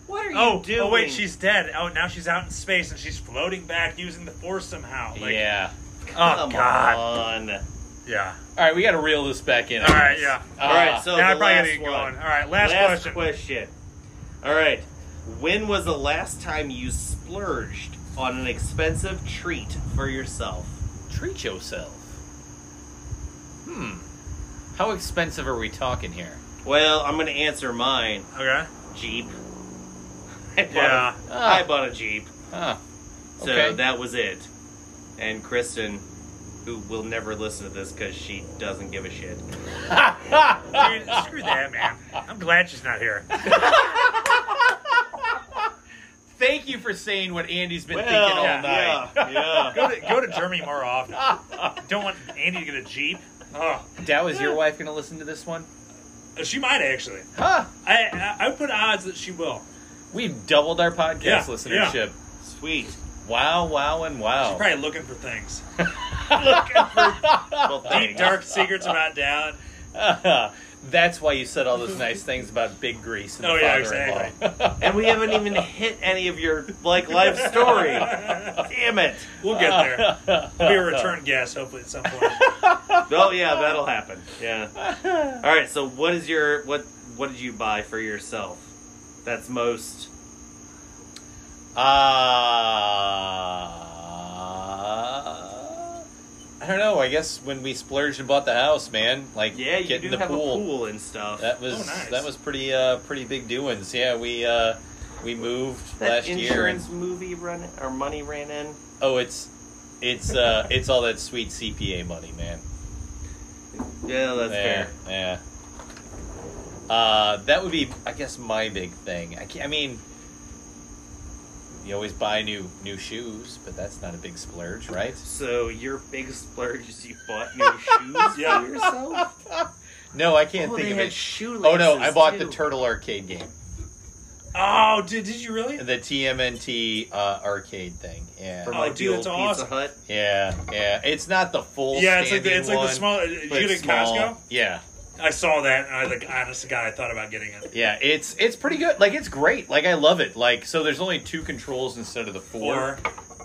C: What are you
E: Oh,
C: doing?
E: oh wait, she's dead. Oh, now she's out in space and she's floating back using the force somehow. Like,
B: yeah.
E: Oh
C: Come
E: God.
C: on.
E: Yeah.
B: All right, we got to reel this back in. I
E: All right,
B: guess.
E: yeah.
B: Uh,
C: All right, so
E: now I
C: the
E: probably
C: last
E: gotta get
C: one.
E: going. All right, last, question.
C: All right. When was the last time you splurged on an expensive treat for yourself?
B: treat yourself. Hmm. How expensive are we talking here?
C: Well, I'm going to answer mine.
E: Okay.
C: Jeep. I bought,
E: Yeah.
C: a, I bought a Jeep.
B: Huh.
C: So
B: Okay.
C: that was it. And Kristen, who will never listen to this because she doesn't give a shit.
E: Dude, screw that, man. I'm glad she's not here.
B: Thank you for saying what Andy's been
C: Well,
B: thinking all
E: yeah,
B: night.
C: yeah.
E: Go to go to Germany more often. Don't want Andy to get a jeep. Oh,
B: Dow, is your wife going to listen to this one?
E: she might actually.
B: Huh?
E: I I, I would put odds that she will.
B: We've doubled our podcast
E: Yeah,
B: listenership.
C: Sweet.
B: Wow, wow, and
E: She's
C: Oh.
B: wow.
E: probably looking for things.
C: Well,
E: Deep
C: thanks.
E: dark secrets about Dad.
B: That's why you said all those nice things about Big Grease and
E: Oh,
B: the
E: yeah,
B: father-in-law.
C: And we haven't even hit any of your like life story. Damn it.
E: We'll get there. We'll be a return guest hopefully at some point.
C: Oh yeah, that'll happen. Yeah. All right. So what is your what what did you buy for yourself? That's most.
B: Uh, I don't know. I guess when we splurged and bought the house, man, like
C: Yeah, you
B: getting
C: do
B: the
C: have
B: pool,
C: a pool and stuff.
B: that was
E: Oh, nice.
B: that was pretty uh pretty big doings. Yeah, we uh we moved
C: that
B: last year. and-
C: insurance movie run or money ran in.
B: Oh, it's it's uh it's all that sweet CPA money, man.
C: Yeah, that's
B: yeah, yeah.
C: fair.
B: Uh, that would be, I guess, my big thing. I, can't, I mean, you always buy new new shoes, but that's not a big splurge, right?
C: So your big splurge is you bought new shoes
E: Yeah.
C: for yourself.
B: No, I can't
C: Oh,
B: think
C: they
B: of
C: had
B: it.
C: shoelaces,
B: Oh no, I bought the
C: too.
B: Turtle arcade game,
E: Oh, did, did you really?
B: the TMNT uh, arcade thing.
C: from
E: Oh,
B: Yeah,
C: like
E: dude,
C: the old
E: that's
C: Pizza
E: awesome.
C: Hut.
B: yeah, yeah. It's not the full.
E: Yeah, it's like the,
B: standing
E: it's like the
B: one,
E: small. Did
B: but
E: you get
B: it's
E: it at
B: small.
E: Costco?
B: Yeah,
E: I saw that, and I like honest to God, I thought about getting it.
B: yeah. It's it's pretty good. Like it's great. Like I love it. Like so, there's only two controls instead of the four,
E: Or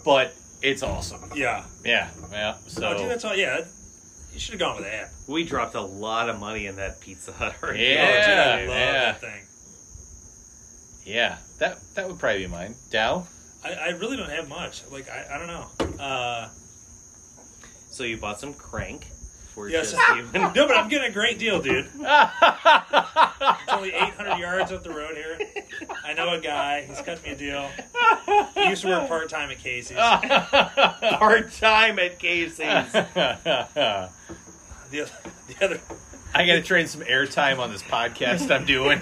B: but it's awesome.
E: yeah.
B: Yeah, yeah. So.
E: oh, dude, that's all. Yeah, you should have gone with that.
C: We dropped a lot of money in that Pizza Hut. already.
E: oh, dude, I
B: Yeah,
E: love
B: yeah.
E: that thing.
B: Yeah, that that would probably be mine. Dow.
E: I, I really don't have much. Like I, I don't know. Uh,
C: So you bought some crank for
E: Yes.
C: just you. and-
E: no, but I'm getting a great deal, dude.
B: yeah,
E: It's only 800 yards up the road here. I know a guy. He's cut me a deal. He used to work part time at Casey's.
C: Hard time at Casey's.
B: I
E: The, other- the other,
B: got to trade some airtime on this podcast I'm doing.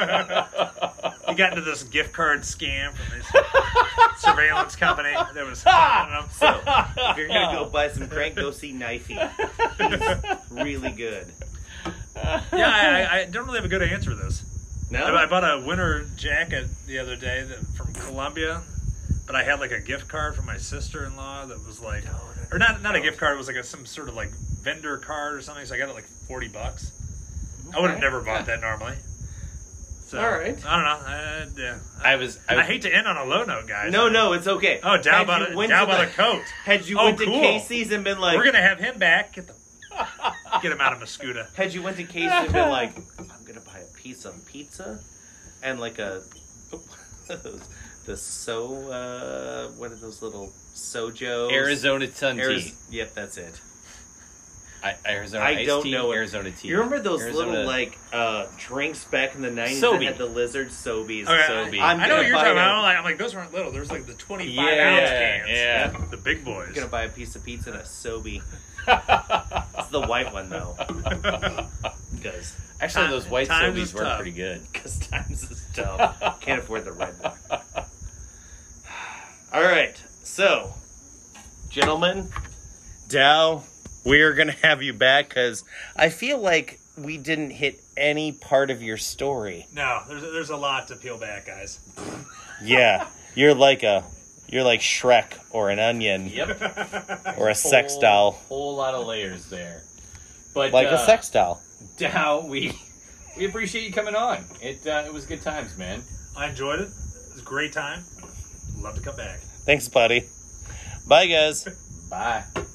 E: he got into this gift card scam from this surveillance company that was phoning him.
C: So if you're gonna go buy some crank, go see Knifey. He's really good.
E: Yeah, I, I- I don't really have a good answer to this.
C: No,
E: I, I bought a winter jacket the other day that, from Columbia, but I had like a gift card from my sister in law that was like, or not not a gift card. It was like a, some sort of like vendor card or something. So I got it like forty bucks. I would have
C: Okay.
E: never bought that normally. So
C: All right.
E: I don't know. I, yeah. I,
B: I was I,
E: I hate to end on a low note, guys.
C: no, no, it's okay.
E: Oh, down
C: Had
E: about
C: you
E: a,
C: went
E: down
C: to
E: about
C: the-
E: a coat.
C: Had you
E: Oh,
C: went to
E: cool.
C: Casey's and been like,
E: We're gonna have him back. Get the get him out of Mascuda.
C: had you went to Casey's and been like, I'm gonna buy a piece of pizza and like a the so uh, what are those little sojo
B: Arizona Sun tea.
C: Yep, that's it.
B: I, Arizona
C: I
B: iced
C: don't
B: tea,
C: know it.
B: Arizona tea.
C: You remember those
B: Arizona-
C: little like uh, drinks back in the nineties that
B: Sobe.
C: had the lizard sobies?
E: Okay,
B: So be-
C: I'm
E: I know
C: gonna
E: what you're
C: buy
E: talking
C: a-
E: about. I'm like, I'm like, those weren't little. There's like the 25 ounce
B: Yeah,
E: cans.
B: yeah.
E: The big boys.
C: I'm gonna buy a piece of pizza and a sobe. It's the white one though, because
B: Actually, those white
E: Times
B: sobies
E: is
B: were
E: tough.
B: pretty good.
C: because times is tough. Can't afford the red one. All right, so gentlemen, Dow, we are gonna have you back because I feel like we didn't hit any part of your story.
E: No, there's there's a lot to peel back, guys.
C: Yeah, you're like a you're like Shrek or an onion
B: Yep,
C: or a sex
B: Whole-
C: doll,
B: Whole lot of layers there. But
C: like a
B: uh,
C: sex doll.
B: Dow, we we appreciate you coming on. It uh, it was good times, man.
E: I enjoyed it. It was a great time. Love to come back.
C: Thanks, buddy. Bye, guys.
B: Bye.